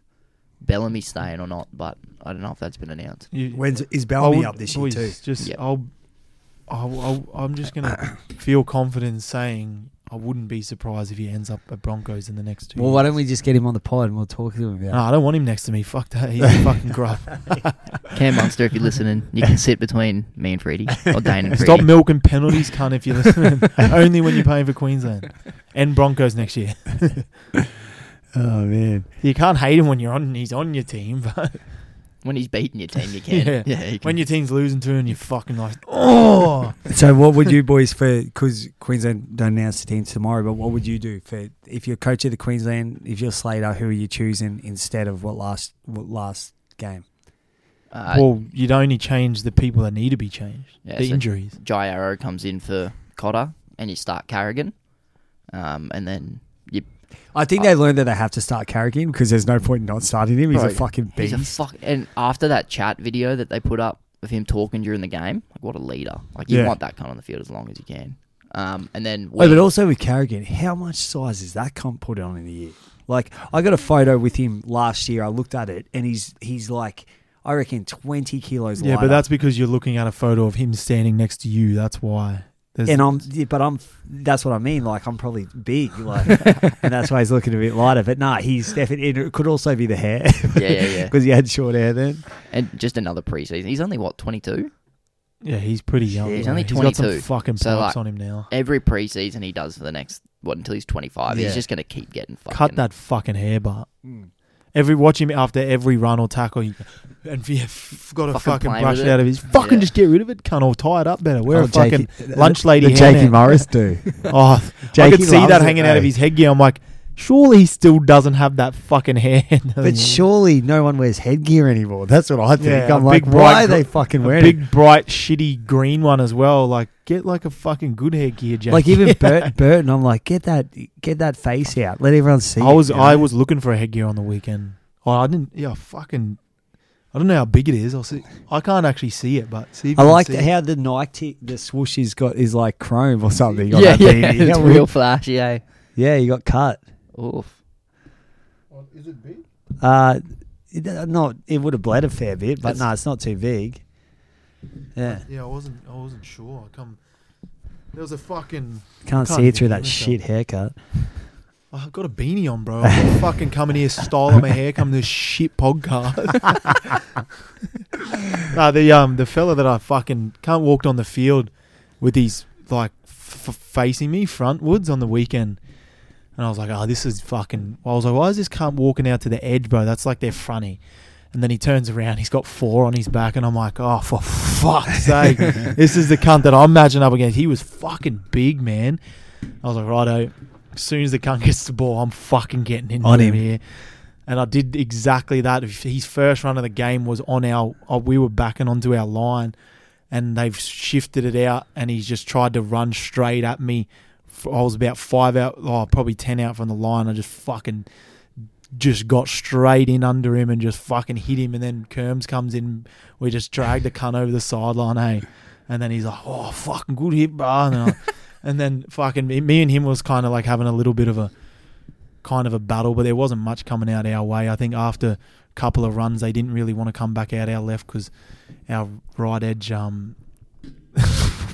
Speaker 4: Bellamy's staying or not, but I don't know if that's been announced.
Speaker 2: You-
Speaker 5: When's is
Speaker 2: I
Speaker 5: Bellamy
Speaker 2: would-
Speaker 5: up this year
Speaker 2: Oh, boys,
Speaker 5: too?
Speaker 2: Just
Speaker 4: Yep.
Speaker 2: I'll, I'll, I'll, I'm just gonna feel confident in saying I wouldn't be surprised if he ends up at Broncos in the next two.
Speaker 5: Well, why
Speaker 2: years.
Speaker 5: don't we just get him on the pod and we'll talk to him about?
Speaker 2: No, I don't want him next to me. Fuck that. He's a fucking gruff.
Speaker 4: Cam Munster, if you're listening, you can sit between me and Freddie or Dane and Freddie.
Speaker 2: Stop milking penalties, cunt, if you're listening. Only when you're paying for Queensland and Broncos next year.
Speaker 5: Oh man.
Speaker 2: You can't hate him when you're on. He's on your team, but
Speaker 4: When he's beating your team, you can.
Speaker 2: Yeah.
Speaker 4: yeah. you can.
Speaker 2: when your team's losing to and you're fucking like, oh,
Speaker 5: So, what would you boys for? Because Queensland don't announce the teams tomorrow, but what would you do for if you're coach of the Queensland? If you're Slater, who are you choosing instead of what last what last game?
Speaker 4: uh,
Speaker 2: well, you'd only change the people that need to be changed,
Speaker 4: Yeah,
Speaker 2: the
Speaker 4: so-
Speaker 2: injuries.
Speaker 4: Jai Arrow comes in for Cotter, and you start Carrigan, um, and then you.
Speaker 5: I think they learned that they have to start Carrigan because there's no point in not starting him. He's a
Speaker 4: Bro,
Speaker 5: fucking
Speaker 4: He's
Speaker 5: beast.
Speaker 4: a fuck. And after that chat video that they put up of him talking during the game, like what a leader! Like you
Speaker 2: Yeah.
Speaker 4: want that cunt on the field as long as you can. Um, and then
Speaker 5: Wait, but
Speaker 4: Wheat-
Speaker 5: also with Carrigan, how much size is that comp put on in a year? Like, I got a photo with him last year. I looked at it, and he's he's like, I reckon twenty kilos.
Speaker 2: Yeah,
Speaker 5: lighter.
Speaker 2: but that's because you're looking at a photo of him standing next to you. That's why. There's-
Speaker 5: and I'm, yeah, but I'm. That's what I mean. Like I'm probably big, like, and that's why he's looking a bit lighter. But nah, he's definitely. It could also be the hair.
Speaker 4: Yeah, yeah, yeah.
Speaker 5: Because he had short hair then.
Speaker 4: and just another preseason. He's only what twenty two.
Speaker 2: yeah, he's pretty young.
Speaker 4: He's
Speaker 2: bro.
Speaker 4: only
Speaker 2: He's got some
Speaker 4: 22,
Speaker 2: fucking
Speaker 4: so,
Speaker 2: pipes
Speaker 4: like-
Speaker 2: on him now.
Speaker 4: Every preseason he does for the next what until he's 25.
Speaker 3: Yeah.
Speaker 4: He's just going to keep getting fucking.
Speaker 2: Cut that fucking hair bar.
Speaker 5: Hmm.
Speaker 2: Every watch him after every run or tackle, he, and yeah, f- got to
Speaker 4: Fucking
Speaker 2: fucking
Speaker 4: playing
Speaker 2: brush
Speaker 4: with
Speaker 2: it out
Speaker 4: it.
Speaker 2: of his fucking
Speaker 4: Yeah.
Speaker 2: just get rid of it, cunt, or tie it up better. Wear
Speaker 5: Oh,
Speaker 2: a fucking
Speaker 5: Jakey-
Speaker 2: lunch lady.
Speaker 5: the Jakey
Speaker 2: hairnet.
Speaker 5: Morris do.
Speaker 2: Oh, I
Speaker 5: Jakey
Speaker 2: could see
Speaker 5: loves
Speaker 2: that
Speaker 5: it,
Speaker 2: hanging out of
Speaker 5: eh?
Speaker 2: his headgear. I'm like, surely he still doesn't have that fucking hair.
Speaker 5: But surely no one wears headgear anymore. That's what I think.
Speaker 2: Yeah,
Speaker 5: I'm
Speaker 2: a
Speaker 5: like,
Speaker 2: big
Speaker 5: why
Speaker 2: bright
Speaker 5: are they
Speaker 2: gr-
Speaker 5: fucking
Speaker 2: a
Speaker 5: wearing
Speaker 2: big
Speaker 5: it?
Speaker 2: bright shitty green one as well. Like get like a fucking good headgear, Jake.
Speaker 5: Like even Bert, Burton, I'm like, get that, get that face out. Let everyone see.
Speaker 2: I
Speaker 5: it,
Speaker 2: was
Speaker 5: you
Speaker 2: I
Speaker 5: know?
Speaker 2: was looking for a headgear on the weekend. Oh, I didn't. Yeah, fucking. I don't know how big it is. I'll see. I can't actually see it, but see. If
Speaker 5: I
Speaker 2: you can
Speaker 5: like
Speaker 2: see it.
Speaker 5: how the Nike, the swoosh he's got is like chrome or something. on
Speaker 4: Yeah,
Speaker 5: that
Speaker 4: yeah,
Speaker 5: beanie.
Speaker 4: it's
Speaker 5: Yeah, we-
Speaker 4: real flashy. Eh?
Speaker 5: Yeah, you got cut.
Speaker 4: Oof.
Speaker 5: Uh, it, uh, not it would have bled a fair bit, but
Speaker 4: That's-
Speaker 5: no, it's not too big. Yeah,
Speaker 2: Yeah, I wasn't. I wasn't sure. I come. There was a fucking.
Speaker 5: can't,
Speaker 2: Can't
Speaker 5: see it
Speaker 2: even
Speaker 5: through that
Speaker 2: myself.
Speaker 5: shit haircut.
Speaker 2: Oh, I've got a beanie on, bro. I'm fucking coming here styling my hair, coming to this shit podcast. nah, the um the fella that I fucking can't walked on the field with his like f- f- facing me frontwards on the weekend, and I was like, oh, this is fucking. I was like, why is this cunt walking out to the edge, bro? That's like they're fronty. And then he turns around, he's got four on his back, and I'm like, oh, for fuck's sake. this is the cunt that I'm matching up against. He was fucking big, man. I was like, righto, as soon as the cunt gets the ball, I'm fucking getting into
Speaker 5: On
Speaker 2: him.
Speaker 5: him.
Speaker 2: here. And I did exactly that. If His first run of the game was on our, uh, we were backing onto our line, and they've shifted it out, and he's just tried to run straight at me. F- I was about five out, oh, probably 10 out from the line. I just fucking just got straight in under him and just fucking hit him. And then Kerms comes in. We just drag the cunt over the sideline, hey. And then he's like, oh, fucking good hit, bro. And then, I- and then fucking me- me and him was kind of like having a little bit of a kind of a battle, but there wasn't much coming out our way. I think after a couple of runs, they didn't really want to come back out our left because our right edge, um,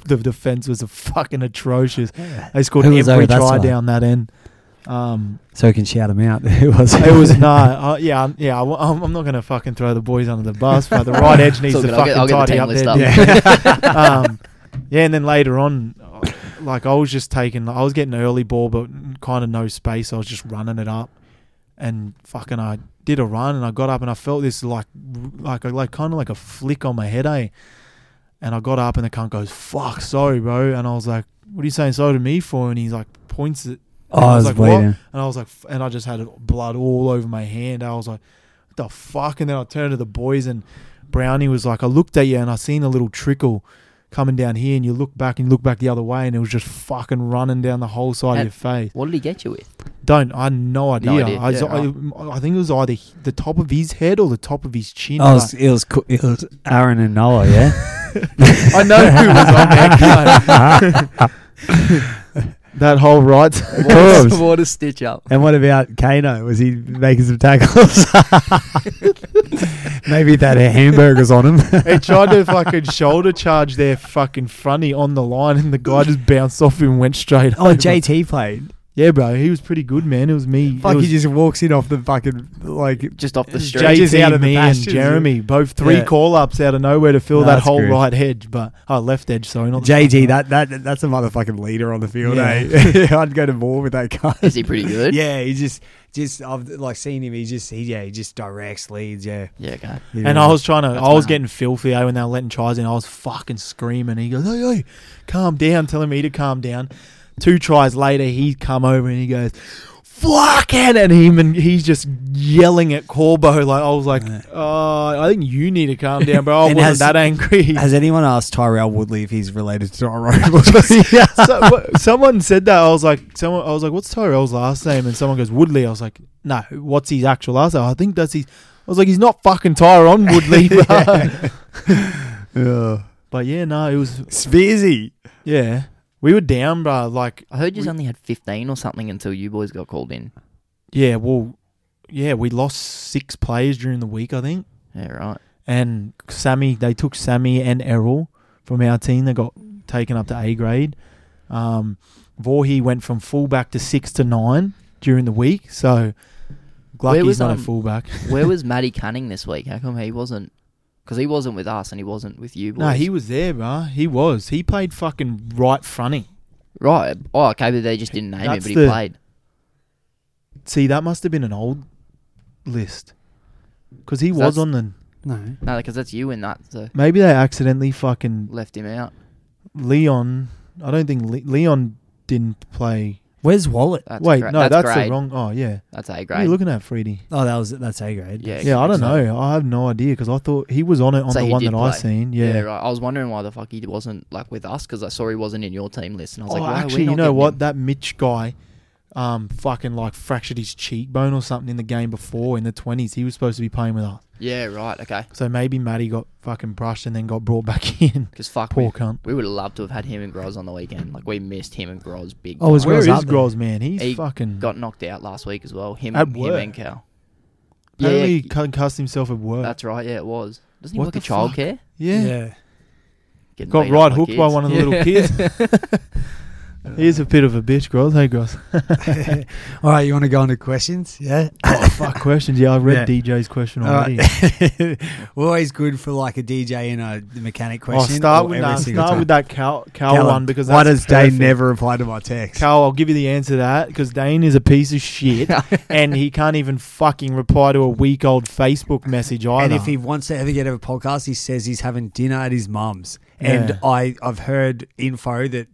Speaker 2: the defense was a fucking atrocious. They scored
Speaker 5: Who was
Speaker 2: every
Speaker 5: over that
Speaker 2: try
Speaker 5: side?
Speaker 2: down that end. Um,
Speaker 5: So I can shout him out. it was.
Speaker 2: it was nah, uh, yeah, I'm- yeah. I wa- I'm, I'm not going to fucking throw the boys under the bus, but the right edge needs
Speaker 4: It's
Speaker 2: to
Speaker 4: all good. I'll get-
Speaker 2: fucking
Speaker 4: I'll get the
Speaker 2: tidy
Speaker 4: team
Speaker 2: up
Speaker 4: list
Speaker 2: there.
Speaker 4: up.
Speaker 2: Yeah. um, yeah, and then later on, uh, like I was just taking, I was getting early ball, but kind of no space. I was just running it up, and fucking, I did a run, and I got up, and I felt this like, like, like kind of like a flick on my head, eh? And I got up, and the cunt goes, "Fuck, sorry, bro," and I was like, "What are you saying sorry to me for?" And he's like, points it.
Speaker 5: Oh, I was
Speaker 2: like,
Speaker 5: bleeding.
Speaker 2: and I was like, f- and I just had blood all over my hand. I was like, what the fuck? And then I turned to the boys, and Brownie was like, I looked at you and I seen a little trickle coming down here, and you look back and you look back the other way, and it was just fucking running down the whole side of
Speaker 4: And-
Speaker 2: your face.
Speaker 4: What did he get you with?
Speaker 2: Don't I had no idea?
Speaker 4: idea.
Speaker 2: I, was-
Speaker 4: Yeah,
Speaker 2: I, I think it was either he- the top of his head or the top of his chin.
Speaker 5: Oh, it
Speaker 2: but-
Speaker 5: was, it was co- it was Aaron and Noah. Yeah,
Speaker 2: I know who was on that. cunt. that whole right.
Speaker 4: What,
Speaker 5: course.
Speaker 4: A, what a stitch up.
Speaker 5: and what about Kano? Was he making some tackles? Maybe that hamburger's on him.
Speaker 2: He tried to fucking shoulder charge their fucking fronty on the line, and the guy just bounced off him and went straight.
Speaker 5: oh,
Speaker 2: over.
Speaker 5: JT played.
Speaker 2: Yeah, bro, he was pretty good, man. It was me.
Speaker 5: Fuck,
Speaker 2: it was,
Speaker 5: he just walks in off the fucking like.
Speaker 4: Just off the
Speaker 2: it was
Speaker 4: street.
Speaker 5: just
Speaker 2: JT,
Speaker 5: out of the
Speaker 2: me, and
Speaker 5: pastures,
Speaker 2: Jeremy, both three
Speaker 5: Yeah.
Speaker 2: call ups out of nowhere to fill
Speaker 5: No,
Speaker 2: that
Speaker 5: that's
Speaker 2: whole
Speaker 5: good.
Speaker 2: right edge, but oh, left edge. Sorry, not the
Speaker 5: JT,
Speaker 2: fucking right.
Speaker 5: that, that that's a motherfucking leader on the field,
Speaker 2: Yeah.
Speaker 5: eh? I'd go to war with that guy.
Speaker 4: Is he pretty good?
Speaker 5: Yeah, he just just I've like seen him. He just he yeah he just directs leads. Yeah,
Speaker 4: Yeah, okay.
Speaker 5: Yeah.
Speaker 2: And I was trying to,
Speaker 4: That's
Speaker 2: I was
Speaker 4: mad.
Speaker 2: getting filthy eh, when they were letting tries in. I was fucking screaming. He goes, "Hey, hey, calm down," telling me to calm down. Two tries later, he come over and he goes, "Fucking!" at him, and he's just yelling at Corbo. Like I was like, "Uh, I think you need to calm down, bro." I
Speaker 5: And
Speaker 2: wasn't
Speaker 5: has-
Speaker 2: that angry.
Speaker 5: Has anyone asked Tyrell Woodley if he's related to Tyrell Woodley? yeah.
Speaker 2: so, wh- someone said that. I was like, someone. I was like, what's Tyrell's last name? And someone goes Woodley. I was like, no, what's his actual last name? I think that's his. I was like, he's not fucking Tyrone Woodley. bro." But yeah, no, it was
Speaker 5: Spearsy.
Speaker 2: yeah. We were down, bro. Like
Speaker 4: I heard you only had 15 or something until you boys got called in.
Speaker 2: yeah, well, yeah, we lost six players during the week, I think.
Speaker 4: Yeah, right.
Speaker 2: And Sammy, they took Sammy and Errol from our team. They got taken up to A grade. Um, Voorhees went from fullback to six to nine during the week. So
Speaker 4: Where
Speaker 2: Glucky's
Speaker 4: was,
Speaker 2: not
Speaker 4: um,
Speaker 2: a fullback.
Speaker 4: Where was Matty Canning this week? How come he wasn't? Because he wasn't with us and he wasn't with you boys.
Speaker 2: No, he was there, bro. He was. He played fucking right fronty.
Speaker 4: Right. Oh, okay, but they just didn't name
Speaker 2: That's
Speaker 4: him, but he
Speaker 2: the-
Speaker 4: played.
Speaker 2: See, that must have been an old list because he
Speaker 4: So
Speaker 2: was
Speaker 4: that's-
Speaker 2: on the.
Speaker 5: No.
Speaker 4: No, because that's you in that, so
Speaker 2: Maybe they accidentally fucking
Speaker 4: left him out.
Speaker 2: Leon. I don't think Le- Leon didn't play.
Speaker 5: Where's Wallet?
Speaker 4: That's
Speaker 2: Wait,
Speaker 4: gra-
Speaker 2: no, that's,
Speaker 4: grade.
Speaker 2: the wrong. Oh yeah,
Speaker 4: That's A
Speaker 2: what are you
Speaker 4: grade.
Speaker 2: looking at, Freedy?
Speaker 5: Oh, that was that's A grade.
Speaker 4: Yeah,
Speaker 2: Yeah, I don't know. I have no idea because I thought he was on it on
Speaker 4: So
Speaker 2: the
Speaker 4: he
Speaker 2: one
Speaker 4: did
Speaker 2: that I
Speaker 4: play.
Speaker 2: seen. Yeah.
Speaker 4: right. I was wondering why the fuck he wasn't like with us because I saw he wasn't in your team list, and I was
Speaker 2: oh,
Speaker 4: like, why are we
Speaker 2: actually,
Speaker 4: not
Speaker 2: you know
Speaker 4: getting
Speaker 2: what?
Speaker 4: him?
Speaker 2: That Mitch guy, um, fucking like fractured his cheekbone or something in the game before in the twenties. He was supposed to be playing with us,
Speaker 4: Yeah, right. Okay,
Speaker 2: so maybe Matty got fucking brushed and then got brought back in.
Speaker 4: because fuck,
Speaker 2: Poor
Speaker 4: we,
Speaker 2: cunt.
Speaker 4: we would have loved to have had him and Groz on the weekend. Like we missed him and Groz big.
Speaker 5: Oh, was
Speaker 4: time.
Speaker 2: Where is
Speaker 5: Groz up there?
Speaker 2: Groz, man? He's
Speaker 4: He
Speaker 2: fucking
Speaker 4: got knocked out last week as well. Him,
Speaker 2: At
Speaker 4: him
Speaker 2: work.
Speaker 4: and Cal.
Speaker 2: Apparently
Speaker 4: Yeah,
Speaker 2: he concussed himself at work.
Speaker 4: that's right. Yeah, it was. Doesn't he
Speaker 2: What
Speaker 4: work
Speaker 2: the
Speaker 4: at childcare?
Speaker 2: yeah.
Speaker 4: Getting
Speaker 2: Got
Speaker 4: beat up
Speaker 2: right hooked by
Speaker 4: kids.
Speaker 2: one of the little kids. He's a bit of a bitch, Groz. Hey, Groz.
Speaker 5: All right, you want to go on to questions? Yeah.
Speaker 2: Oh, fuck questions. Yeah, I read
Speaker 5: Yeah. Uh,
Speaker 2: DJ's question
Speaker 5: All
Speaker 2: already.
Speaker 5: right. We're always good for like a DJ and a mechanic
Speaker 2: I'll
Speaker 5: question.
Speaker 2: Oh, start
Speaker 5: or
Speaker 2: with,
Speaker 5: every
Speaker 2: nah,
Speaker 5: single
Speaker 2: start
Speaker 5: time.
Speaker 2: with that Cal, Cal,
Speaker 5: Callum,
Speaker 2: one because that's
Speaker 5: why does
Speaker 2: perfect.
Speaker 5: Dane never reply to my text?
Speaker 2: Cal, I'll give you the answer to that because Dane is a piece of shit and he can't even fucking reply to a week old Facebook message either.
Speaker 5: and if he wants to ever get a podcast, he says he's having dinner at his mum's. And
Speaker 2: Yeah.
Speaker 5: I, I've heard info that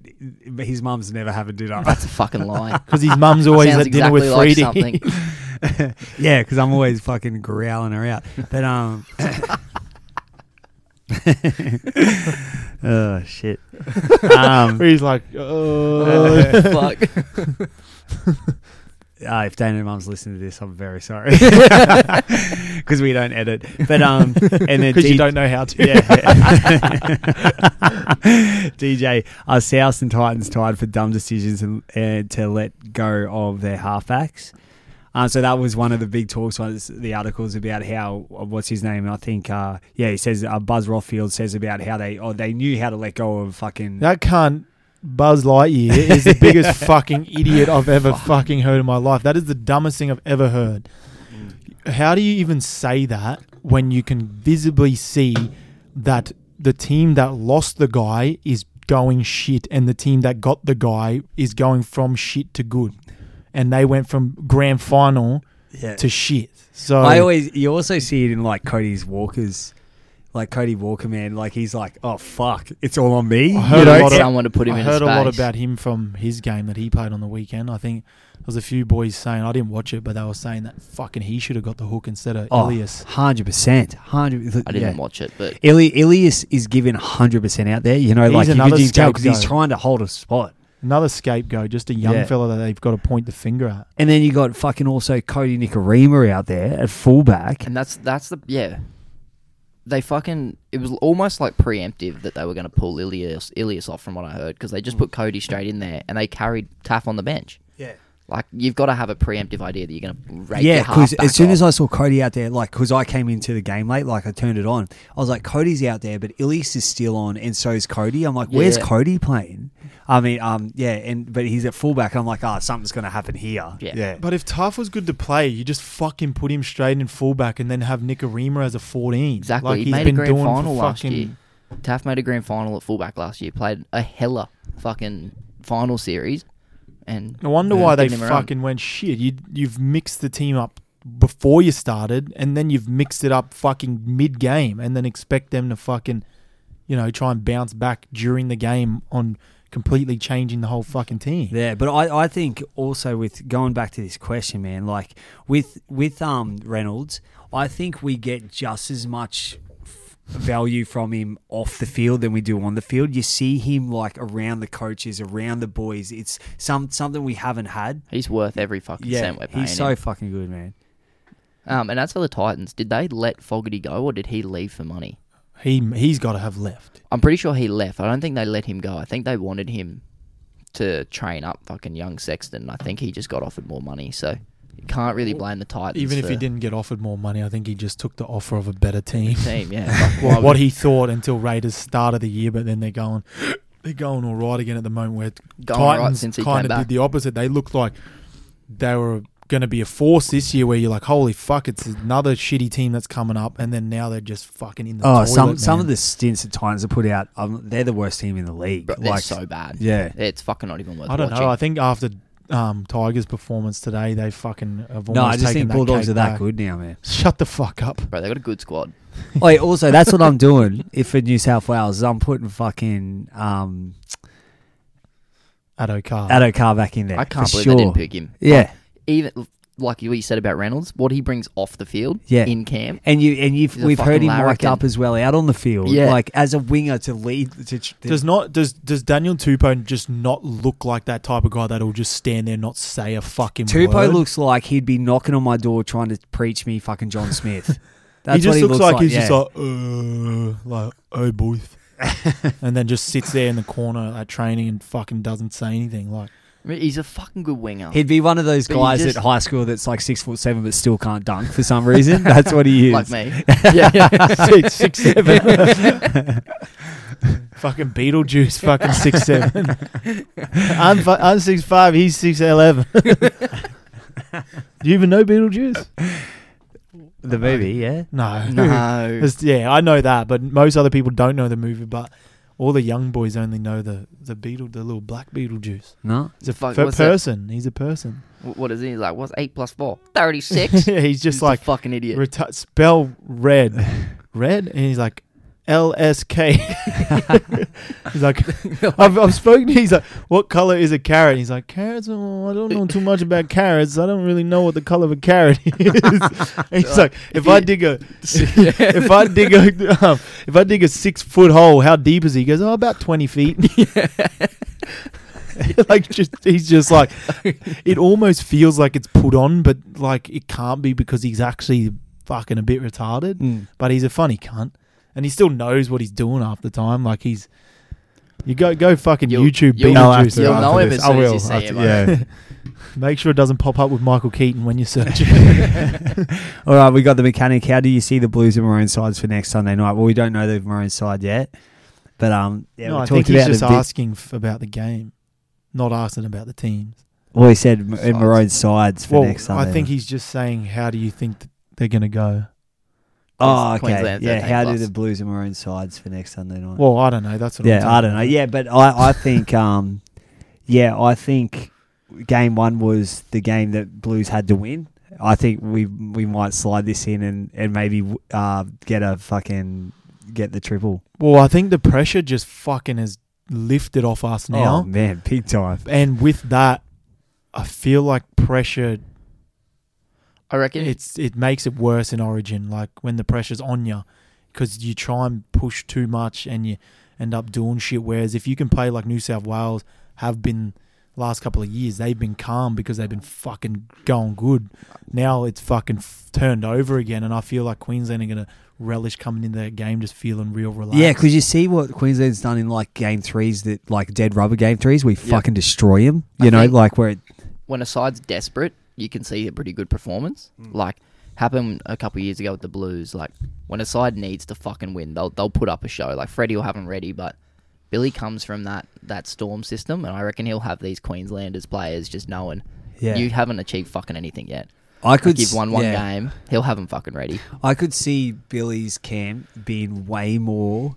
Speaker 5: his mum's never having dinner.
Speaker 4: That's a fucking lie.
Speaker 2: because his mum's always
Speaker 4: Sounds
Speaker 2: at dinner
Speaker 4: exactly
Speaker 2: with
Speaker 4: like
Speaker 2: Freddie.
Speaker 4: something.
Speaker 5: yeah, because I'm always fucking growling her out. But um, oh shit. Um,
Speaker 2: He's like, oh.
Speaker 4: Fuck.
Speaker 5: uh, if Dana and Mum's listening to this, I'm very sorry because we don't edit. But um, and then
Speaker 2: because
Speaker 5: D-
Speaker 2: you don't know how to.
Speaker 5: Yeah. DJ, are South and Titans tied for dumb decisions and, uh, to let go of their halfbacks? Um, so that was one of the big talks, was the articles about how, uh, what's his name? I think, uh, yeah, he says, uh, Buzz Rothfield says about how they, oh, they knew how to let go of fucking.
Speaker 2: That cunt, Buzz Lightyear, is the biggest fucking idiot I've ever fucking heard in my life. That is the dumbest thing I've ever heard. How do you even say that when you can visibly see that the team that lost the guy is going shit and the team that got the guy is going from shit to good? And they went from grand final
Speaker 5: Yeah.
Speaker 2: to shit. So
Speaker 5: I always, you also see it in like Cody's Walker's. Like Cody Walker, man, like he's like, oh fuck, it's all on me.
Speaker 2: I
Speaker 4: You
Speaker 2: heard
Speaker 4: know,
Speaker 2: a lot of,
Speaker 4: someone to put him
Speaker 2: I
Speaker 4: in
Speaker 2: heard a
Speaker 4: a
Speaker 2: lot
Speaker 4: space.
Speaker 2: about him from his game that he played on the weekend. I think there was a few boys saying I didn't watch it, but they were saying that fucking he should have got the hook instead of
Speaker 5: Oh,
Speaker 2: Elias.
Speaker 5: 100%. 100
Speaker 4: I didn't watch it, but
Speaker 5: Ili- Ilias is giving 100% out there, you know,
Speaker 2: He's
Speaker 5: like
Speaker 2: another
Speaker 5: he's because he's
Speaker 2: scapegoat.
Speaker 5: trying to hold a spot.
Speaker 2: Another scapegoat, just a young
Speaker 5: Yeah.
Speaker 2: fella that they've got to point the finger at.
Speaker 5: And then you got fucking also Cody Nicarima out there at fullback.
Speaker 4: and that's that's the yeah. They fucking it was almost like preemptive that they were going to pull Ilias Ilias off from what I heard because they
Speaker 2: Mm.
Speaker 4: just put Cody straight in there and they carried Taff on the bench.
Speaker 5: Yeah.
Speaker 4: Like you've got to have a preemptive idea that you're going to rake
Speaker 5: Yeah,
Speaker 4: your half
Speaker 5: because
Speaker 4: back
Speaker 5: as soon
Speaker 4: off.
Speaker 5: as I saw Cody out there, like, because I came into the game late, like, I turned it on. I was like, Cody's out there, but Ilias is still on, and so is Cody. I'm like, where's
Speaker 4: Yeah.
Speaker 5: Cody playing? I mean, um, yeah, and but he's at fullback. I'm like, ah, something's going to happen here.
Speaker 4: Yeah.
Speaker 2: But if Taff was good to play, you just fucking put him straight in fullback and then have Nicarima as a 14.
Speaker 4: exactly
Speaker 2: Like
Speaker 4: he
Speaker 2: he's
Speaker 4: made a
Speaker 2: been
Speaker 4: grand
Speaker 2: doing for
Speaker 4: final last
Speaker 2: fucking-
Speaker 4: year. Taff made a grand final at fullback last year. Played a hella fucking final series, and
Speaker 2: I wonder
Speaker 4: Yeah.
Speaker 2: why they
Speaker 4: Didn't even run.
Speaker 2: fucking went shit. You you've mixed the team up before you started, and then you've mixed it up fucking mid game, and then expect them to fucking, you know, try and bounce back during the game on completely changing the whole fucking team.
Speaker 5: Yeah, but I, I think also with going back to this question, man, like with with um Reynolds, I think we get just as much f- value from him off the field than we do on the field. You see him like around the coaches, around the boys. It's some something we haven't had.
Speaker 4: he's worth every fucking
Speaker 5: Yeah,
Speaker 4: cent we're paying
Speaker 5: he's so
Speaker 4: him.
Speaker 5: fucking good, man.
Speaker 4: Um, and as for the Titans, did they let Fogarty go or did he leave for money?
Speaker 2: He he's got to have left.
Speaker 4: I'm pretty sure he left. I don't think they let him go. I think they wanted him to train up fucking young Sexton. I think he just got offered more money, so you can't really blame the Titans.
Speaker 2: Even if
Speaker 4: for
Speaker 2: he didn't get offered more money, I think he just took the offer of a better
Speaker 4: the
Speaker 2: team.
Speaker 4: team, yeah. fuck, why
Speaker 2: Well,
Speaker 4: would-
Speaker 2: what he thought until Raiders started the year, but then they're going, they're going all right again at the moment. Where
Speaker 4: Going right
Speaker 2: Titans
Speaker 4: since he came
Speaker 2: kind of
Speaker 4: back.
Speaker 2: did the opposite. They looked like they were going to be a force this year where you're like, holy fuck, it's another shitty team that's coming up, and then now they're just fucking in the
Speaker 5: Oh,
Speaker 2: toilet,
Speaker 5: some some
Speaker 2: man.
Speaker 5: of the stints that Titans have put out, um, they're the worst team in the league.
Speaker 4: They're so bad.
Speaker 5: yeah.
Speaker 4: It's fucking not even worth
Speaker 2: I don't
Speaker 4: watching.
Speaker 2: know. I think after um, Tiger's performance today, they fucking have almost
Speaker 5: no, I just
Speaker 2: taken
Speaker 5: think Bulldogs
Speaker 2: cake
Speaker 5: are that
Speaker 2: back.
Speaker 5: good now, man.
Speaker 2: Shut the fuck up.
Speaker 4: Bro, they got a good squad.
Speaker 5: Wait, also that's what I'm doing. If for New South Wales, is I'm putting fucking um,
Speaker 2: At O'Carr.
Speaker 5: Addo Carr back in there.
Speaker 4: Oh. I can't
Speaker 5: for
Speaker 4: believe
Speaker 5: sure.
Speaker 4: they didn't pick him.
Speaker 5: Yeah,
Speaker 4: Even like you said about Reynolds, what he brings off the field
Speaker 5: Yeah.
Speaker 4: in camp.
Speaker 5: and you and you've
Speaker 4: He's a
Speaker 5: we've heard
Speaker 4: fucking
Speaker 5: him marked
Speaker 4: larrikin.
Speaker 5: up as well out on the field,
Speaker 4: Yeah.
Speaker 5: like as a winger to lead. To, to,
Speaker 2: does not does does Daniel Tupou just not look like that type of guy that'll just stand there and not say a fucking
Speaker 5: Tupo
Speaker 2: word?
Speaker 5: looks like he'd be knocking on my door trying to preach me fucking John Smith.
Speaker 2: he
Speaker 5: That's
Speaker 2: just
Speaker 5: what he
Speaker 2: looks, like, he's
Speaker 5: yeah.
Speaker 2: just like, uh, like, oh, boy. and then just sits there in the corner at training and fucking doesn't say anything. Like,
Speaker 4: I mean, he's a fucking good winger.
Speaker 5: He'd be one of those
Speaker 4: But you
Speaker 5: guys
Speaker 4: just-
Speaker 5: at high school that's like six foot seven but still can't dunk for some reason. That's what he is.
Speaker 4: like me. yeah, yeah.
Speaker 2: six, six, seven. fucking Beetlejuice, fucking six seven. I'm fi- I'm six five. He's six eleven. Do you even know Beetlejuice?
Speaker 5: The movie, yeah.
Speaker 2: No,
Speaker 4: No.
Speaker 2: It's- yeah, I know that, but most other people don't know the movie. But all the young boys only know the the beetle, the little black Beetlejuice.
Speaker 5: No.
Speaker 2: He's a
Speaker 4: Fuck,
Speaker 2: fe-
Speaker 4: what's that?
Speaker 2: person. He's a person.
Speaker 4: Wh- What is he? He's like, what's 8 plus 4? 36?
Speaker 2: yeah, he's just
Speaker 4: He's a
Speaker 2: like
Speaker 4: fucking idiot.
Speaker 2: reti- spell red, red, and he's like L S K. He's like, I've, I've spoken. to- He's like, what color is a carrot? He's like, carrots. Oh, I don't know too much about carrots. I don't really know what the color of a carrot is. And he's like, if I dig a, if I dig a, um, if I dig a six foot hole, how deep is he? He goes, oh, about twenty feet. like just he's just like it almost feels like it's put on but like it can't be because he's actually fucking a bit retarded
Speaker 4: Hmm.
Speaker 2: but he's a funny cunt and he still knows what he's doing half the time like he's you go go fucking
Speaker 4: You'll-
Speaker 2: YouTube
Speaker 4: you'll-
Speaker 2: Beetlejuice
Speaker 4: I'll have to-
Speaker 2: up.
Speaker 4: You'll know him as
Speaker 2: I
Speaker 4: soon as you
Speaker 2: will.
Speaker 4: see
Speaker 2: I'll have
Speaker 4: him,
Speaker 2: to-
Speaker 4: I
Speaker 2: yeah.
Speaker 5: Yeah.
Speaker 2: Make sure it doesn't pop up with Michael Keaton when you search.
Speaker 5: All right, we got the mechanic. How do you see the Blues and Maroon sides for next Sunday night? Well, we don't know the Maroon side yet, but um, yeah,
Speaker 2: no,
Speaker 5: we
Speaker 2: I
Speaker 5: talked
Speaker 2: think
Speaker 5: about
Speaker 2: he's just
Speaker 5: the big-
Speaker 2: asking f- about the game, not asking about the teams.
Speaker 5: Well, he said m-
Speaker 4: Sides.
Speaker 5: Maroon sides for
Speaker 2: well,
Speaker 5: next Sunday.
Speaker 2: I think
Speaker 5: night.
Speaker 2: he's just saying, how do you think th- they're going to go?
Speaker 5: Oh, okay.
Speaker 4: Queensland's
Speaker 5: Yeah.
Speaker 4: 13
Speaker 5: How do
Speaker 4: plus.
Speaker 5: the Blues and Maroon sides for next Sunday night?
Speaker 2: Well, I don't know. That's what I'm
Speaker 5: yeah, I
Speaker 2: talking
Speaker 5: don't know.
Speaker 2: about.
Speaker 5: Yeah, but I, I think um, yeah, I think game one was the game that Blues had to win. I think we we might slide this in and and maybe uh, get a fucking get the triple.
Speaker 2: Well, I think the pressure just fucking has lifted off us
Speaker 5: oh
Speaker 2: now.
Speaker 5: man, big time.
Speaker 2: And with that, I feel like pressure
Speaker 4: I reckon
Speaker 2: it's it makes it worse in origin like when the pressure's on you cuz you try and push too much and you end up doing shit whereas if you can play like New South Wales have been last couple of years they've been calm because they've been fucking going good now it's fucking f- turned over again and I feel like Queensland are going to relish coming into that game just feeling real relaxed
Speaker 5: Yeah, because you see what Queensland's done in like game threes that like dead rubber game threes, we fucking destroy them. You
Speaker 4: I
Speaker 5: know,
Speaker 4: think-
Speaker 5: like where it,
Speaker 4: when a side's desperate, you can see a pretty good performance. Like happened a couple years ago with the Blues. Like when a side needs to fucking win, they'll they'll put up a show. Like Freddie will have him ready, but Billy comes from that that storm system, and I reckon he'll have these Queenslanders players just knowing
Speaker 5: Yeah.
Speaker 4: you haven't achieved fucking anything yet.
Speaker 5: I could
Speaker 4: Like you've won one
Speaker 5: yeah.
Speaker 4: game, he'll have them fucking ready.
Speaker 5: I could see Billy's camp being way more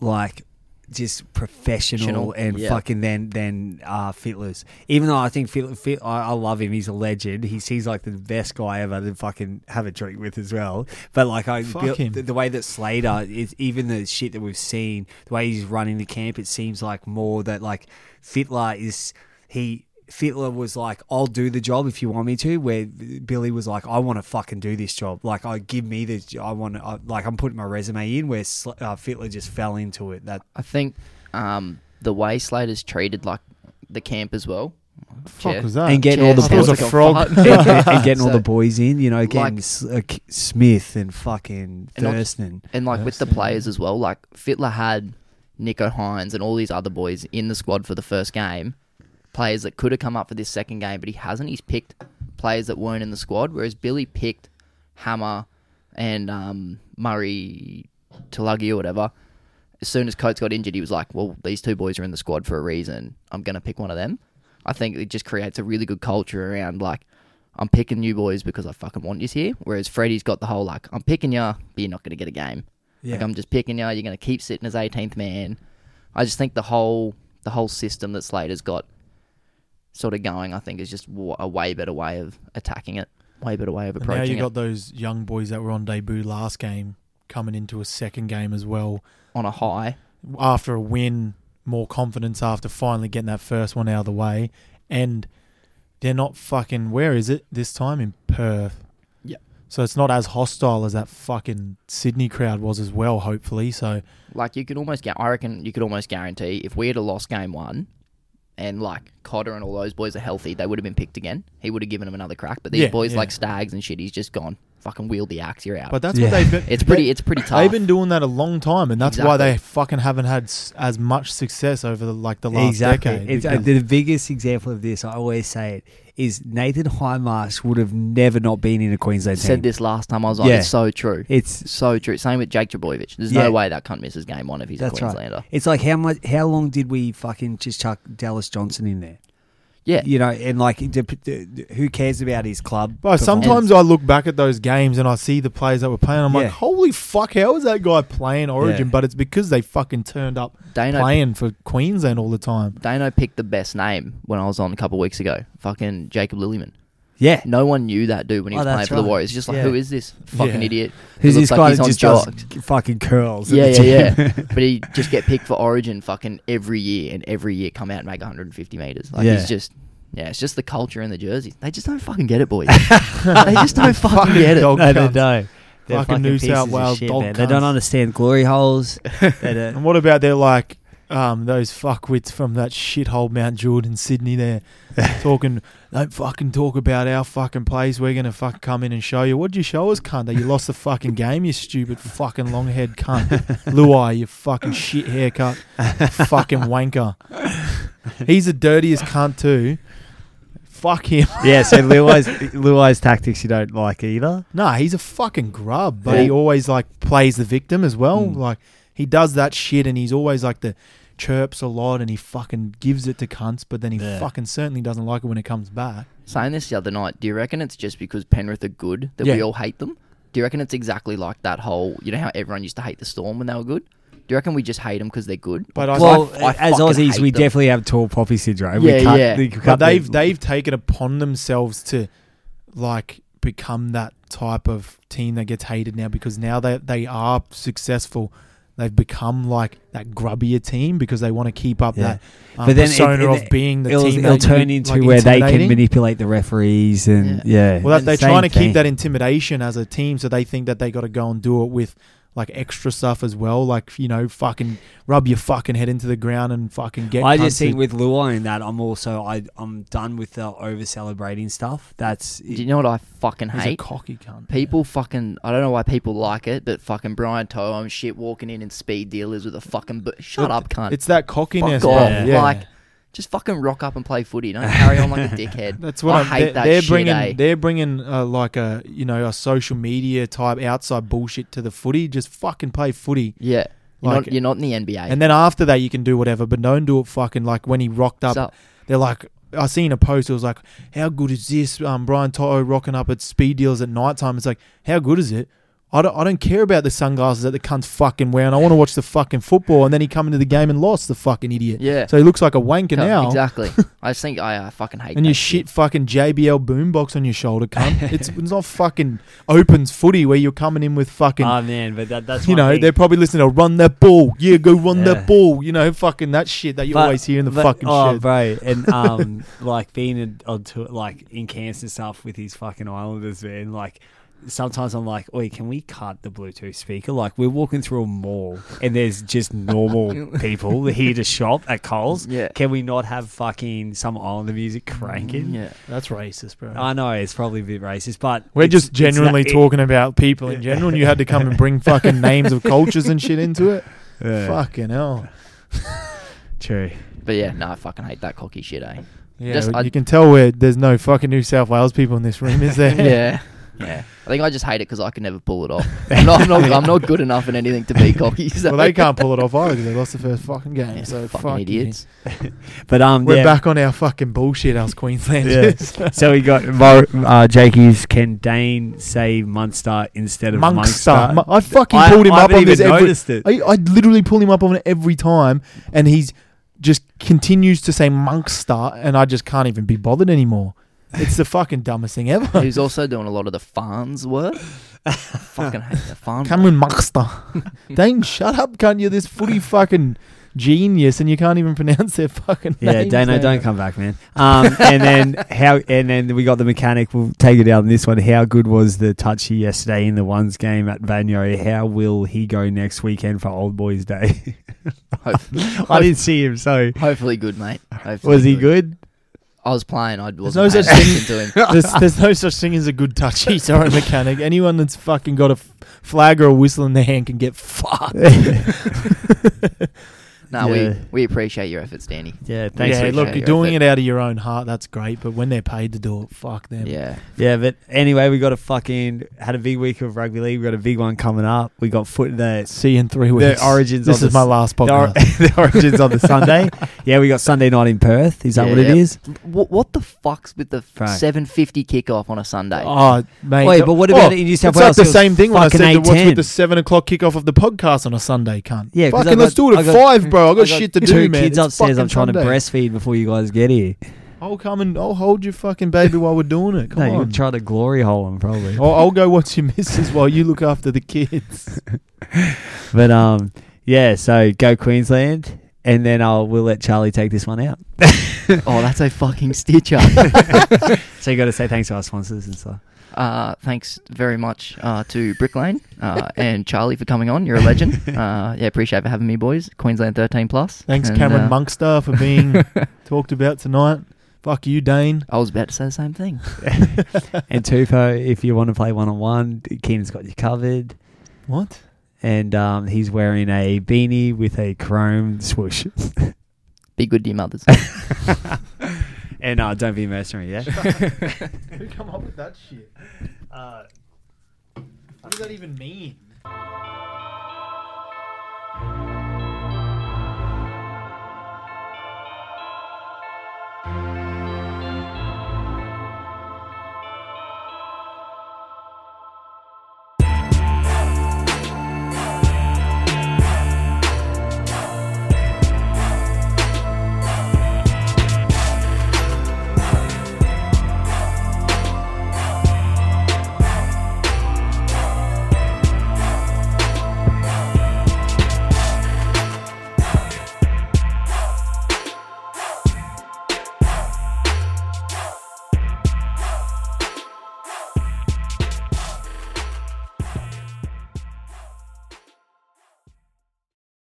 Speaker 5: like just professional
Speaker 4: Professional,
Speaker 5: and
Speaker 4: yeah.
Speaker 5: fucking than than uh, Fitlers. Even though I think Fit, Fit I, I love him, he's a legend. He seems like the best guy ever to fucking have a drink with as well. But like I,
Speaker 2: Fuck
Speaker 5: Bill-
Speaker 2: him.
Speaker 5: the, the way that Slater is, even the shit that we've seen, the way he's running the camp, it seems like more that like Fitler is he. Fitler was like, "I'll do the job if you want me to." Where Billy was like, "I want to fucking do this job. Like, I give me this. j- I want. to Like, I'm putting my resume in." Where Sl- uh, Fitler just fell into it. That
Speaker 4: I think um, the way Slater's treated like the camp as well.
Speaker 2: fuck
Speaker 4: Chair.
Speaker 2: was that
Speaker 5: and getting
Speaker 4: Chair
Speaker 5: all the
Speaker 2: I thought it was
Speaker 5: boys,
Speaker 2: a
Speaker 4: sounds like
Speaker 2: frog.
Speaker 4: fart.
Speaker 5: and, get- and getting all the
Speaker 4: So-
Speaker 5: boys in. You know, getting
Speaker 4: Like-
Speaker 5: S- uh, K- Smith and fucking
Speaker 4: And not-
Speaker 5: Thurston.
Speaker 4: And like with the players as well, like Fitler had Nico Hines and all these other boys in the squad for the first game, players that could have come up for this second game, but he hasn't. He's picked players that weren't in the squad, whereas Billy picked Hammer and um, Murray, Tulagi or whatever. As soon as Coates got injured, he was like, "Well, these two boys are in the squad for a reason. I'm going to pick one of them." I think it just creates a really good culture around like I'm picking you boys because I fucking want you here. Whereas Freddie's got the whole like, I'm picking you, but you're not going to get a game. Like um, I'm just picking you. You're going to keep sitting as 18th man. I just think the whole the whole system that Slater's got sort of going, I think, is just wa- a way better way of attacking it. Way better way of
Speaker 2: And now
Speaker 4: approaching
Speaker 2: you
Speaker 4: it
Speaker 2: got those young boys that were on debut last game coming into a second game as well
Speaker 4: on a high.
Speaker 2: after a win, more confidence after finally getting that first one out of the way, and they're not fucking. Where is it this time in Perth?
Speaker 4: Yep.
Speaker 2: So it's not as hostile as that fucking Sydney crowd was as well. Hopefully, so
Speaker 4: Like you could almost get. I reckon you could almost guarantee if we had a lost game one, and like Cotter and all those boys are healthy, they would have been picked again. He would have given them another crack. But these
Speaker 2: Yeah,
Speaker 4: boys
Speaker 2: yeah.
Speaker 4: like Stags and shit, he's just gone. Fucking wield the axe, you're out.
Speaker 2: But
Speaker 4: But
Speaker 2: that's
Speaker 5: Yeah.
Speaker 2: what they've been.
Speaker 4: it's pretty.
Speaker 2: they-
Speaker 4: It's pretty tough.
Speaker 2: They've been doing that a long time, and that's why
Speaker 4: Exactly.
Speaker 2: they fucking haven't had s- as much success over the, like the last
Speaker 5: exactly.
Speaker 2: decade.
Speaker 5: It's, uh,
Speaker 2: because-
Speaker 5: the biggest example of this, I always say it, is Nathan Highmarsh would have never not been in a Queensland team.
Speaker 4: said this last time. I was like,
Speaker 5: Yeah.
Speaker 4: it's so true.
Speaker 5: It's
Speaker 4: so true. Same with Jake Jabojevic. There's
Speaker 5: Yeah.
Speaker 4: no way that cunt misses game one if he's
Speaker 5: that's
Speaker 4: a Queenslander.
Speaker 5: right. It's like how much, how long did we fucking just chuck Dallas Johnson in there?
Speaker 4: Yeah.
Speaker 5: You know, and like, d- d- d- who cares about his club?
Speaker 2: But
Speaker 5: performance?
Speaker 2: sometimes I look back at those games and I see the players that were playing. I'm
Speaker 5: Yeah.
Speaker 2: like, holy fuck, how is that guy playing Origin?
Speaker 5: Yeah.
Speaker 2: But it's because they fucking turned up
Speaker 4: Dano-
Speaker 2: playing for Queensland all the time.
Speaker 4: Dano picked the best name when I was on a couple weeks ago. Fucking Jacob Lilliman.
Speaker 5: yeah,
Speaker 4: No one knew that dude when he
Speaker 5: Oh,
Speaker 4: was playing
Speaker 5: that's
Speaker 4: for the
Speaker 5: right.
Speaker 4: Warriors. Just like,
Speaker 5: Yeah.
Speaker 4: who is this fucking
Speaker 2: Yeah.
Speaker 4: idiot?
Speaker 5: who's
Speaker 4: He
Speaker 5: this
Speaker 4: looks
Speaker 5: guy
Speaker 4: like
Speaker 5: that
Speaker 4: he's on
Speaker 5: just does
Speaker 4: jocks.
Speaker 5: fucking curls? at
Speaker 4: Yeah,
Speaker 5: the
Speaker 4: yeah,
Speaker 5: gym?
Speaker 4: yeah. but he just get picked for Origin fucking every year, and every year come out and make 150 meters. Like
Speaker 5: Yeah.
Speaker 4: he's just, yeah, it's just the culture and the jerseys. They just don't fucking get it, boys. they just don't fucking get it.
Speaker 2: dog
Speaker 5: No, they
Speaker 2: cunts.
Speaker 5: don't. They're
Speaker 2: Fucking New
Speaker 5: pieces
Speaker 2: South
Speaker 5: of
Speaker 2: Wales
Speaker 5: shit,
Speaker 2: dog
Speaker 5: man. They don't
Speaker 2: cunts.
Speaker 5: understand glory holes. They don't-
Speaker 2: And what about their like um, those fuckwits from that shithole Mount Jordan, Sydney? There talking, don't fucking talk about our fucking place. We're gonna fucking come in and show you. What would you show us, cunt? That you lost the fucking game, you stupid fucking long haired cunt, Luai, you fucking shit haircut, fucking wanker. He's the dirtiest cunt too. Fuck him.
Speaker 5: yeah, so Luai's Luai's tactics you don't like either.
Speaker 2: Nah, he's a fucking grub, but
Speaker 5: Yeah.
Speaker 2: he always like plays the victim as well.
Speaker 5: Mm.
Speaker 2: Like he does that shit, and he's always like the chirps a lot, and he fucking gives it to cunts, but then he
Speaker 5: Yeah.
Speaker 2: fucking certainly doesn't like it when it comes back.
Speaker 4: saying this the other night. Do you reckon it's just because Penrith are good that we
Speaker 2: Yeah.
Speaker 4: all hate them? Do you reckon it's exactly like that whole? You know how everyone used to hate the Storm when they were good. Do you reckon we just hate them because they're good?
Speaker 2: But I,
Speaker 5: Well,
Speaker 4: I
Speaker 5: as
Speaker 4: fucking
Speaker 5: Aussies,
Speaker 4: hate
Speaker 5: we
Speaker 4: them.
Speaker 5: definitely have tall poppy syndrome. we
Speaker 4: Yeah,
Speaker 5: can't,
Speaker 4: yeah.
Speaker 5: We
Speaker 2: but
Speaker 5: can't
Speaker 2: they've
Speaker 5: be-
Speaker 2: they've taken upon themselves to like become that type of team that gets hated now because now they they are successful. They've become like that grubbier team because they want to keep up
Speaker 5: Yeah.
Speaker 2: that um,
Speaker 5: But then it-
Speaker 2: persona
Speaker 5: it-
Speaker 2: of being the
Speaker 5: it'll,
Speaker 2: team.
Speaker 5: it'll
Speaker 2: that you-
Speaker 5: turn into
Speaker 2: like,
Speaker 5: where they can
Speaker 2: intimidating.
Speaker 5: manipulate the referees and yeah.
Speaker 2: Well, that,
Speaker 5: And
Speaker 2: they're
Speaker 5: same
Speaker 2: trying to
Speaker 5: thing.
Speaker 2: keep that intimidation as a team, so they think that they got to go and do it with like extra stuff as well, like you know, fucking rub your fucking head into the ground and fucking get.
Speaker 5: I just
Speaker 2: cunts to-
Speaker 5: think with Luai and that, I'm also I I'm done with the over celebrating stuff. That's
Speaker 4: Do you know what I fucking
Speaker 2: he's a
Speaker 4: hate?
Speaker 2: cocky cunt.
Speaker 4: People fucking, I don't know why people like it, but fucking Brian Toho and shit walking in and speed dealers with a fucking. Bu- Shut up, cunt.
Speaker 2: It's that cockiness.
Speaker 4: Fuck off.
Speaker 2: man. Yeah.
Speaker 4: Like, just fucking rock up and play footy. Don't carry on like a dickhead.
Speaker 2: that's what
Speaker 4: I
Speaker 2: I'm,
Speaker 4: hate
Speaker 2: they're,
Speaker 4: that
Speaker 2: they're
Speaker 4: shit,
Speaker 2: bringing.
Speaker 4: eh?
Speaker 2: They're bringing uh, like a you know a social media type outside bullshit to the footy. Just fucking play footy.
Speaker 4: Yeah. You're,
Speaker 2: Like-
Speaker 4: not, you're not in the NBA.
Speaker 2: And then after that, you can do whatever, but don't do it fucking like when he rocked up.
Speaker 4: So-
Speaker 2: They're like, I seen a post. It was like, how good is this? Um, Brian Toto rocking up at speed deals at nighttime. It's like, how good is it? I don't, I don't care about the sunglasses that the cunt's fucking wearing. I want to watch the fucking football. And then he come into the game and lost the fucking idiot.
Speaker 4: Yeah.
Speaker 2: So he looks like a wanker
Speaker 4: No,
Speaker 2: now.
Speaker 4: Exactly. I just think I uh, fucking hate
Speaker 2: And
Speaker 4: that
Speaker 2: your shit fucking JBL boombox on your shoulder, cunt. it's, it's not fucking opens footy where you're coming in with fucking
Speaker 5: oh man, but that, that's
Speaker 2: you
Speaker 5: one
Speaker 2: know,
Speaker 5: thing.
Speaker 2: they're probably listening to run that ball. Yeah, go run
Speaker 5: Yeah.
Speaker 2: that ball. You know, fucking that shit that you
Speaker 5: But-
Speaker 2: always hear in the
Speaker 5: but-
Speaker 2: fucking
Speaker 5: oh,
Speaker 2: shit.
Speaker 5: bro, and um, like being in, on tour, like in Cairns and stuff with his fucking Islanders, man. Like sometimes I'm like, oi, can we cut the Bluetooth speaker? Like we're walking through a mall and there's just normal people here to shop at Coles.
Speaker 4: Yeah.
Speaker 5: can we not have fucking some Islander music
Speaker 4: shit.
Speaker 5: cranking?
Speaker 4: Yeah.
Speaker 2: That's racist, bro.
Speaker 5: I know it's probably a bit racist, but
Speaker 2: We're
Speaker 5: it's-
Speaker 2: just
Speaker 5: it's that-
Speaker 2: genuinely
Speaker 5: it-
Speaker 2: talking about people in general, and you had to come and bring fucking names of cultures and shit into it.
Speaker 5: Yeah,
Speaker 2: Fucking hell.
Speaker 5: True.
Speaker 4: But yeah, no, I fucking hate that cocky shit, eh?
Speaker 2: Yeah,
Speaker 4: Just-
Speaker 2: you
Speaker 4: I-
Speaker 2: can tell where there's no fucking New South Wales people in this room, is there?
Speaker 4: yeah. Yeah, I think I just hate it because I can never pull it off. I'm not, I'm, not, I'm not good enough in anything to be cocky. So.
Speaker 2: Well, they can't pull it off either 'cause they lost the first fucking game.
Speaker 4: Yeah,
Speaker 2: so
Speaker 4: fucking
Speaker 2: fuck you.
Speaker 4: idiots.
Speaker 5: But um,
Speaker 2: We're
Speaker 5: yeah.
Speaker 2: back on our fucking bullshit, us Queenslanders.
Speaker 5: Yeah. so we got Mo, uh, Jakey's. Can Dane say Munster instead of
Speaker 2: Monkster.
Speaker 5: Munster?
Speaker 2: Mu- I fucking
Speaker 5: I-
Speaker 2: pulled him
Speaker 5: I
Speaker 2: up
Speaker 5: haven't
Speaker 2: on this
Speaker 5: even
Speaker 2: every.
Speaker 5: noticed it.
Speaker 2: I, I literally pull him up on it every time, and he's just continues to say Monkster, and I just can't even be bothered anymore. It's the fucking dumbest thing ever.
Speaker 4: Who's also doing a lot of the farms work. I fucking hate the farm. work.
Speaker 2: Cameron Monkster. Dane, shut up, cunt. You're this footy fucking genius, and you can't even pronounce their fucking
Speaker 5: Yeah,
Speaker 2: names,
Speaker 5: Dano,
Speaker 2: man.
Speaker 5: don't come back, man. Um, and then how? And then we got the mechanic. We'll take it out on this one. How good was the touchy yesterday in the ones game at Vanyo? How will he go next weekend for Old Boys Day?
Speaker 4: Hope-
Speaker 5: I didn't see him, so
Speaker 4: Hopefully good, mate. Hopefully
Speaker 5: was he good?
Speaker 4: I was playing. I wasn't
Speaker 2: no
Speaker 4: paying
Speaker 2: such thing.
Speaker 4: attention to him.
Speaker 2: There's, there's no such thing as a good touchy. Sorry, mechanic. Anyone that's fucking got a f- flag or a whistle in their hand can get fucked.
Speaker 4: No,
Speaker 5: Yeah.
Speaker 4: we, we appreciate your efforts, Danny.
Speaker 5: Yeah, thanks.
Speaker 2: yeah,
Speaker 4: for
Speaker 2: look,
Speaker 4: sharing
Speaker 2: you're
Speaker 4: your
Speaker 2: doing
Speaker 4: effort.
Speaker 2: it out of your own heart. That's great. But when they're paid to do it, fuck them.
Speaker 4: Yeah.
Speaker 5: Yeah, but anyway, we got a fucking had a big week of rugby league. We got a big one coming up. We got foot the
Speaker 2: See you in three weeks.
Speaker 5: origins
Speaker 2: This
Speaker 5: of the
Speaker 2: is my
Speaker 5: s-
Speaker 2: last
Speaker 5: the, or-
Speaker 2: podcast.
Speaker 5: the origins on the Sunday. Yeah, we got Sunday night in Perth. Is that
Speaker 4: Yeah,
Speaker 5: what
Speaker 4: yeah.
Speaker 5: it is?
Speaker 4: What, what the fuck's with the
Speaker 5: Right.
Speaker 4: 750 kickoff on a Sunday?
Speaker 2: Oh, mate.
Speaker 5: Wait, but what about
Speaker 2: oh,
Speaker 5: in New South
Speaker 2: it's
Speaker 5: Wales?
Speaker 2: It's like the
Speaker 5: It was
Speaker 2: same thing when I
Speaker 5: fucking
Speaker 2: said that what's
Speaker 5: 8:10.
Speaker 2: with the seven o'clock kickoff of the podcast on a Sunday, cunt.
Speaker 5: Yeah, 'cause
Speaker 2: fucking
Speaker 5: I've
Speaker 2: let's
Speaker 5: got-
Speaker 2: do it at
Speaker 5: I've got-
Speaker 2: five, bro. I got,
Speaker 5: I
Speaker 2: shit to
Speaker 5: two
Speaker 2: do, man.
Speaker 5: kids
Speaker 2: It's
Speaker 5: upstairs. I'm
Speaker 2: fucking
Speaker 5: trying to
Speaker 2: Sunday.
Speaker 5: breastfeed before you guys get here.
Speaker 2: I'll come and I'll hold your fucking baby while we're doing it. Come
Speaker 5: no, you
Speaker 2: on.
Speaker 5: can try to glory hole them probably.
Speaker 2: I'll, I'll go watch your missus while you look after the kids.
Speaker 5: But um, yeah. So go Queensland, and then I'll we'll let Charlie take this one out.
Speaker 4: Oh, that's a fucking stitcher.
Speaker 5: So you got to say thanks to our sponsors and stuff.
Speaker 4: uh, thanks very much uh, to Brick Lane uh, and Charlie for coming on. You're a legend. Uh, yeah, appreciate for having me, boys. Queensland 13 plus.
Speaker 2: Thanks,
Speaker 4: And,
Speaker 2: Cameron
Speaker 4: uh,
Speaker 2: Monkster, for being talked about tonight. Fuck you, Dane.
Speaker 4: I was about to say the same thing.
Speaker 5: and Tufo, if you want to play one on one, Keenan's got you covered.
Speaker 2: What?
Speaker 5: And um, he's wearing a beanie with a chrome swoosh.
Speaker 4: Be good to your mothers.
Speaker 5: And uh, don't be a mercenary, yeah?
Speaker 2: Who come up with that shit? Uh, what does that even mean?